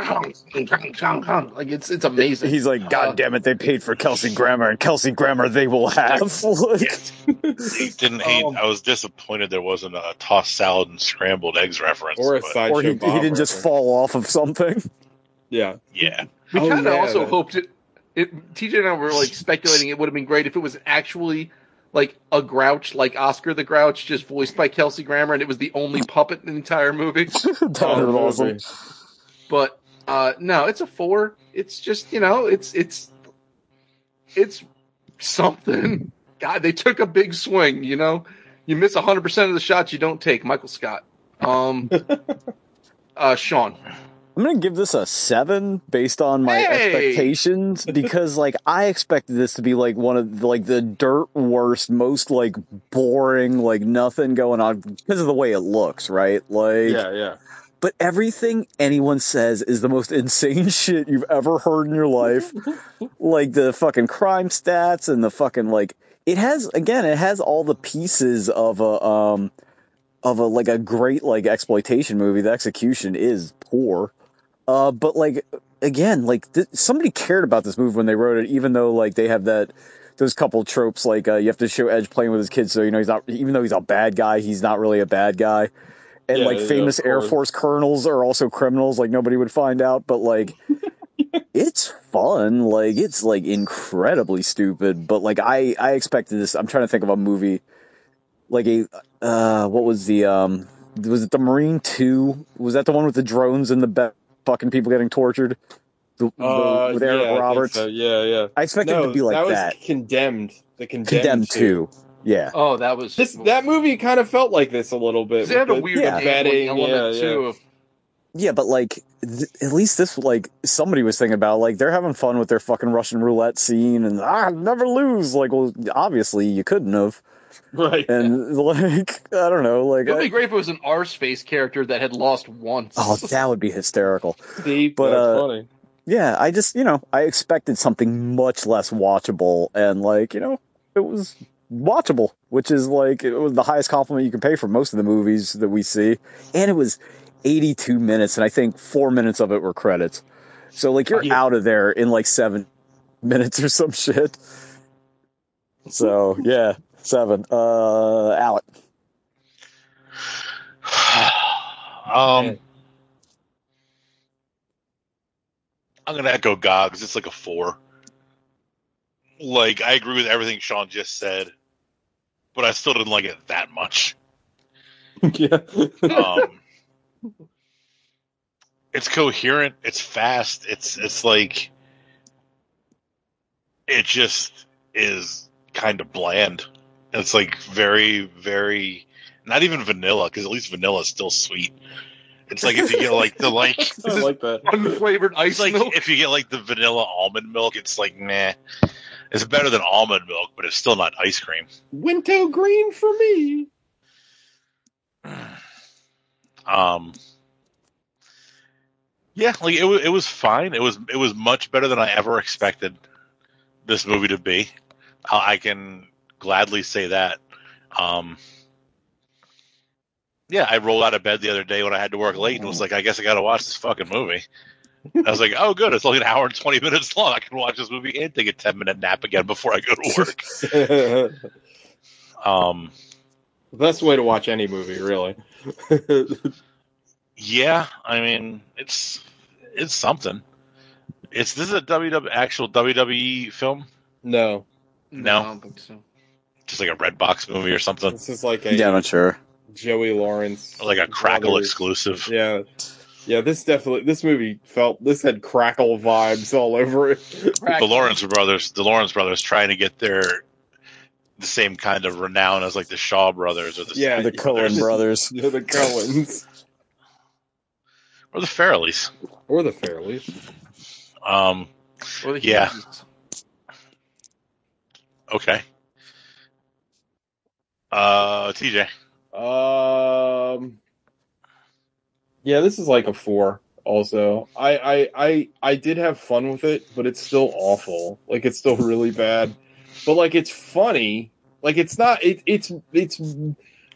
Speaker 2: [LAUGHS] like it's it's amazing.
Speaker 3: He's like, God damn it, they paid for Kelsey Grammer, and Kelsey Grammer they will have. [LAUGHS] Like,
Speaker 4: He didn't hate.
Speaker 2: Um,
Speaker 4: I was disappointed there wasn't a tossed salad and scrambled eggs reference.
Speaker 1: or a
Speaker 4: but
Speaker 1: sideshow
Speaker 3: Or he, he
Speaker 1: Bob
Speaker 3: didn't just
Speaker 1: reference.
Speaker 3: fall off of something. [LAUGHS]
Speaker 1: Yeah,
Speaker 4: yeah,
Speaker 2: We
Speaker 1: Oh,
Speaker 2: kind of
Speaker 1: yeah,
Speaker 2: also
Speaker 1: that-
Speaker 2: hoped it, it. TJ and I were like speculating it would have been great if it was actually like a Grouch, like Oscar the Grouch, just voiced by Kelsey Grammer, and it was the only puppet in the entire movie.
Speaker 3: that
Speaker 1: Oh,
Speaker 3: was awesome.
Speaker 1: movie.
Speaker 2: But uh no, it's a four. It's just you know, it's it's it's something. [LAUGHS] God, they took a big swing. You know, you miss hundred percent of the shots you don't take. Michael Scott, um,
Speaker 1: [LAUGHS]
Speaker 2: uh, Sean.
Speaker 3: I'm gonna give this a seven based on my
Speaker 2: Hey!
Speaker 3: expectations because like I expected this to be like one of like the dirt worst, most like boring, like nothing going on because of the way it looks, right? Like
Speaker 1: yeah, yeah.
Speaker 3: but everything anyone says is the most [LAUGHS] insane shit you've ever heard in your life. like the fucking crime stats and the fucking like it has again, it has all the pieces of a um of a like a great like exploitation movie. The execution is poor. Uh but like again, like th- somebody cared about this movie when they wrote it even though like they have that those couple tropes like uh, you have to show Edge playing with his kids so you know he's not even though he's a bad guy, he's not really a bad guy and
Speaker 1: Yeah,
Speaker 3: like
Speaker 1: yeah,
Speaker 3: famous
Speaker 1: of
Speaker 3: Air
Speaker 1: course.
Speaker 3: Force colonels are also criminals. Like nobody would find out,
Speaker 1: [LAUGHS]
Speaker 3: but like it's fun. Like it's like incredibly stupid, but like I I expected this. I'm trying to think of a movie like a uh what was the um was it the Marine Two? Was that the one with the drones and the be- fucking people getting tortured? The- the-
Speaker 1: Uh,
Speaker 3: with Eric
Speaker 1: yeah, I think
Speaker 3: Roberts.
Speaker 1: so. Yeah, yeah.
Speaker 3: I expect it to be like
Speaker 1: that
Speaker 3: that.
Speaker 1: was condemned. The condemned,
Speaker 3: Condemned
Speaker 1: two.
Speaker 3: too. Yeah.
Speaker 2: Oh, that was
Speaker 1: This that movie kind of felt like this a little bit.
Speaker 2: They had a
Speaker 1: with the
Speaker 2: weird
Speaker 3: Yeah.
Speaker 2: gambling
Speaker 1: betting,
Speaker 2: element
Speaker 1: yeah,
Speaker 2: too. of-
Speaker 3: Yeah, but like th- at least this like somebody was thinking about like they're having fun with their fucking Russian roulette scene and ah never lose like well obviously you couldn't have
Speaker 1: Right.
Speaker 3: and [LAUGHS] like I don't know like
Speaker 2: It would
Speaker 3: I-
Speaker 2: be great if it was an R space character that had lost once.
Speaker 3: oh that would be hysterical.
Speaker 1: Deep,
Speaker 3: But,
Speaker 1: but that's
Speaker 3: uh, [LAUGHS]
Speaker 1: funny.
Speaker 3: Yeah, I just you know I expected something much less watchable and like you know it was watchable, which is like it was the highest compliment you can pay for most of the movies that we see, and it was 82 minutes and I think four minutes of it were credits. So like you're
Speaker 1: Yeah.
Speaker 3: out of there in like seven [LAUGHS] minutes or some shit. So yeah, seven. Uh, Alec.
Speaker 4: [SIGHS] um, I'm gonna echo Gogs. It's like a four. Like I agree with everything Sean just said, but I still didn't like it that much.
Speaker 1: yeah.
Speaker 4: Um, it's coherent. It's fast. It's it's like it just is kind of bland. It's like very very not even vanilla because at least vanilla's still sweet. It's like if you get like the like
Speaker 1: I like that.
Speaker 2: [LAUGHS] Unflavored ice
Speaker 4: it's like
Speaker 2: milk.
Speaker 4: if you get like the vanilla almond milk, it's like nah. It's better than almond milk, but it's still not ice cream.
Speaker 1: Winter green for me. [LAUGHS]
Speaker 4: Um, yeah, like it was it was fine. It was it was much better than I ever expected this movie to be. I I can gladly say that. Um, yeah, I rolled out of bed the other day when I had to work late and was like, I guess I got to watch this fucking movie. I was like, oh, good. It's only an hour and 20 minutes long. I can watch this movie and take a 10 minute nap again before I go to work. um,
Speaker 1: Best way to watch any movie, really. [LAUGHS]
Speaker 4: Yeah, I mean it's it's something. It's this is a WW actual WWE film,
Speaker 1: no,
Speaker 4: No.
Speaker 2: I don't think so.
Speaker 4: just like a red box movie or something,
Speaker 1: this is like a
Speaker 3: Yeah, I'm not sure.
Speaker 1: Joey Lawrence,
Speaker 4: like a Crackle
Speaker 1: Brothers.
Speaker 4: exclusive.
Speaker 1: Yeah, yeah. This definitely. This movie felt. This had crackle vibes all over it.
Speaker 4: The Lawrence brothers, the Lawrence brothers, trying to get their the same kind of renown as like the Shaw brothers or the
Speaker 1: Yeah,
Speaker 3: The
Speaker 4: [LAUGHS]
Speaker 3: Cohen
Speaker 4: there's-
Speaker 3: brothers. [LAUGHS]
Speaker 1: Yeah, [LAUGHS] the Coens
Speaker 4: or the Farrellys.
Speaker 1: or the Fairleys.
Speaker 4: Um,
Speaker 2: Or the
Speaker 4: Yeah.
Speaker 2: Hughes.
Speaker 4: okay. Uh, TJ,
Speaker 1: Um. Yeah, this is like a four. Also, I, I I I did have fun with it, but it's still awful. Like it's still really bad, but like it's funny. Like it's not. It, it's it's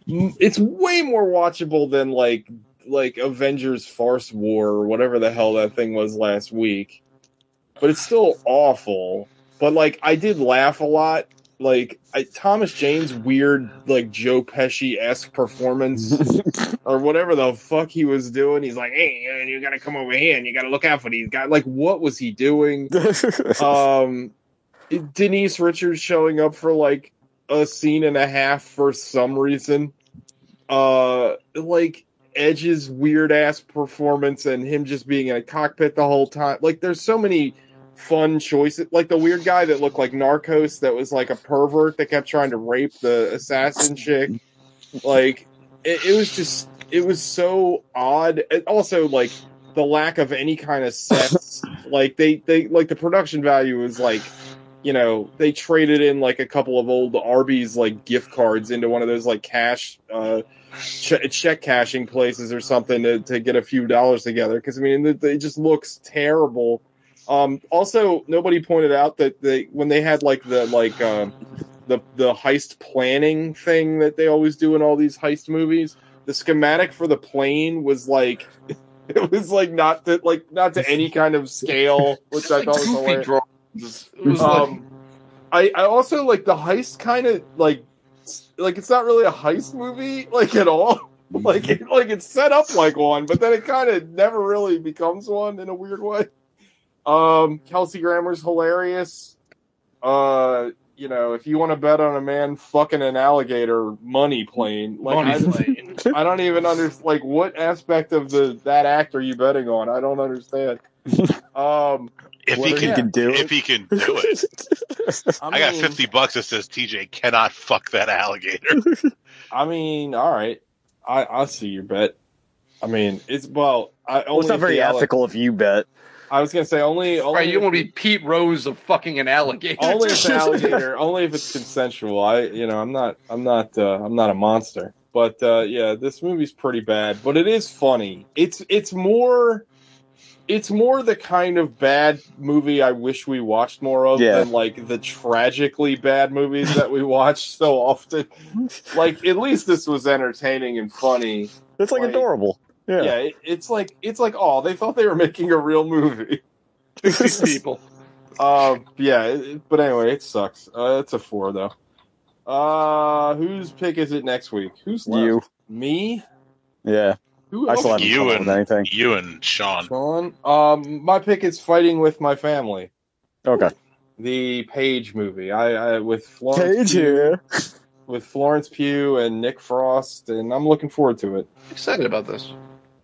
Speaker 1: it's way more watchable than like like Avengers Farce War or whatever the hell that thing was last week. But it's still awful. But like I did laugh a lot. Like I, Thomas Jane's weird like Joe Pesci esque performance or whatever the fuck he was doing. He's like, hey, uh, you gotta come over here and you gotta look out for these guys. Like, what was he doing?
Speaker 4: Uh,
Speaker 1: Um, Denise Richards showing up for like a scene and a half for some reason. Uh, like Edge's weird ass performance and him just being in a cockpit the whole time. Like, there's so many fun choices. Like the weird guy that looked like Narcos, that was like a pervert that kept trying to rape the assassin chick. Like, it, it was just, it was so odd. And also, like the lack of any kind of sets. like they, they, like the production value was like you know, they traded in like a couple of old Arby's like gift cards into one of those like cash, uh, che- check cashing places or something to, to get a few dollars together. Cause I mean, it, it just looks terrible. Um, also nobody pointed out that they, when they had like the, like, um, the, the heist planning thing that they always do in all these heist movies, the schematic for the plane was like, [LAUGHS] it was like not to like not to any kind of scale, which I
Speaker 2: Like
Speaker 1: thought was
Speaker 2: goofy [LAUGHS]
Speaker 1: hilarious
Speaker 2: drawings. It was like
Speaker 1: um, I, I also like the heist kind of like s- like it's not really a heist movie [LAUGHS] like at all like it, like it's set up like one but then it kind of never really becomes one in a weird way um kelsey grammer's hilarious uh you know if you want to bet on a man fucking an alligator money plane like
Speaker 2: money
Speaker 1: I-
Speaker 2: plane.
Speaker 1: I don't even understand. Like, what aspect of the that act are you betting on? I don't
Speaker 2: [LAUGHS]
Speaker 1: understand. Um,
Speaker 4: If
Speaker 1: What
Speaker 4: he
Speaker 1: are
Speaker 4: can,
Speaker 1: you-
Speaker 3: can do
Speaker 4: if he can do it,
Speaker 1: [LAUGHS]
Speaker 3: [LAUGHS]
Speaker 1: I,
Speaker 4: I got
Speaker 1: mean-
Speaker 4: fifty bucks that says TJ cannot fuck that alligator.
Speaker 1: I mean, all right. I I see your bet. I mean, it's well. I only
Speaker 3: well, it's not
Speaker 1: if
Speaker 3: very
Speaker 1: the alli-
Speaker 3: ethical if you bet.
Speaker 1: I was gonna say only. only
Speaker 2: Right, you
Speaker 1: if-
Speaker 2: want to be Pete Rose of fucking an alligator.
Speaker 1: [LAUGHS]
Speaker 2: [LAUGHS]
Speaker 1: only if an alligator only if it's consensual i you know i'm not i'm not uh, i'm not a monster but uh yeah this movie's pretty bad but it is funny it's it's more it's more the kind of bad movie i wish we watched more of
Speaker 3: Yeah.
Speaker 1: than like the tragically bad movies that we [LAUGHS] watch so
Speaker 3: [LAUGHS]
Speaker 1: often like at least this was entertaining and funny
Speaker 3: It's like,
Speaker 1: Like-
Speaker 3: adorable.
Speaker 1: yeah,
Speaker 3: Yeah.
Speaker 1: it, it's like it's like oh they thought they were making a real movie
Speaker 2: These people.
Speaker 1: um, yeah, it- it- but anyway, it sucks. Uh, it's a four though. Uh, whose pick is it next week? Who's left?
Speaker 3: you.
Speaker 1: Me?
Speaker 3: Yeah.
Speaker 1: Who
Speaker 3: I still
Speaker 1: else?
Speaker 3: haven't
Speaker 4: You
Speaker 3: come up
Speaker 4: and-
Speaker 3: with anything.
Speaker 4: you and Sean.
Speaker 1: Sean? Um, my pick is fighting with my family.
Speaker 3: Okay.
Speaker 1: The Page movie. I, I with Florence
Speaker 3: Cage
Speaker 1: Pugh,
Speaker 3: [LAUGHS] here.
Speaker 1: with Florence Pugh and Nick Frost, and I'm looking forward to it.
Speaker 2: Excited about this.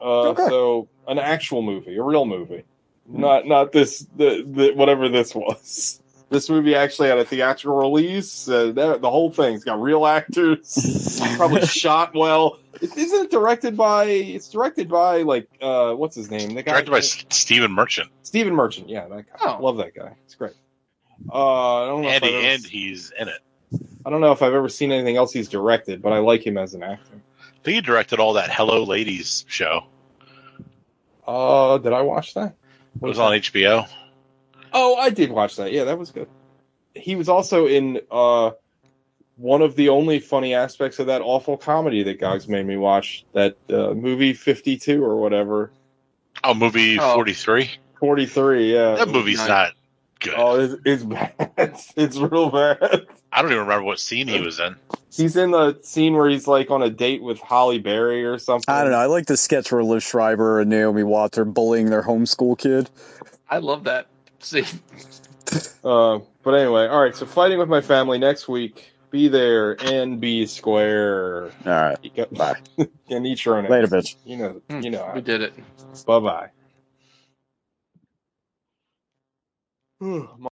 Speaker 1: Uh,
Speaker 3: Okay.
Speaker 1: so an actual movie, a real movie, not not this the, the whatever this was. [LAUGHS] This movie actually had a theatrical release. Uh, that, the whole thing's got real actors.
Speaker 3: [LAUGHS]
Speaker 1: Probably shot well. It, isn't it directed by? It's directed by like uh, what's his name? The guy
Speaker 4: Directed by S- Stephen Merchant,
Speaker 1: Stephen Merchant. Yeah, that guy.
Speaker 2: Oh.
Speaker 1: Love that guy. It's great. Uh, I don't know.
Speaker 4: and,
Speaker 1: if I've
Speaker 4: he-
Speaker 1: ever,
Speaker 4: and he's in it.
Speaker 1: I don't know if I've ever seen anything else he's directed, but I like him as an actor.
Speaker 4: I think he directed all that Hello Ladies show.
Speaker 1: Uh, did I watch that?
Speaker 4: It was on HBO.
Speaker 1: Oh, I did watch that. Yeah, that was good. He was also in uh, one of the only funny aspects of that awful comedy that Gogs made me watch that uh, movie 52 or whatever.
Speaker 4: Oh, movie
Speaker 2: Oh.
Speaker 4: forty three.
Speaker 1: 43, yeah.
Speaker 4: That movie's
Speaker 2: nice.
Speaker 4: not good.
Speaker 1: Oh, it's, it's bad. [LAUGHS] It's real bad.
Speaker 4: I don't even remember what scene he was in.
Speaker 1: He's in the scene where he's like on a date with Holly Berry or something.
Speaker 3: I don't know. I like the sketch where Liv Schreiber and Naomi Watts are bullying their homeschool kid.
Speaker 2: I love that. See,
Speaker 1: Uh, but anyway, all right. So fighting with my family next week. Be there and be square.
Speaker 3: All right.
Speaker 1: You got-
Speaker 3: Bye.
Speaker 1: [LAUGHS] and eat your own ass.
Speaker 3: Later, bitch.
Speaker 1: You know,
Speaker 2: Hmm.
Speaker 1: you know.
Speaker 2: we did it.
Speaker 1: Bye bye.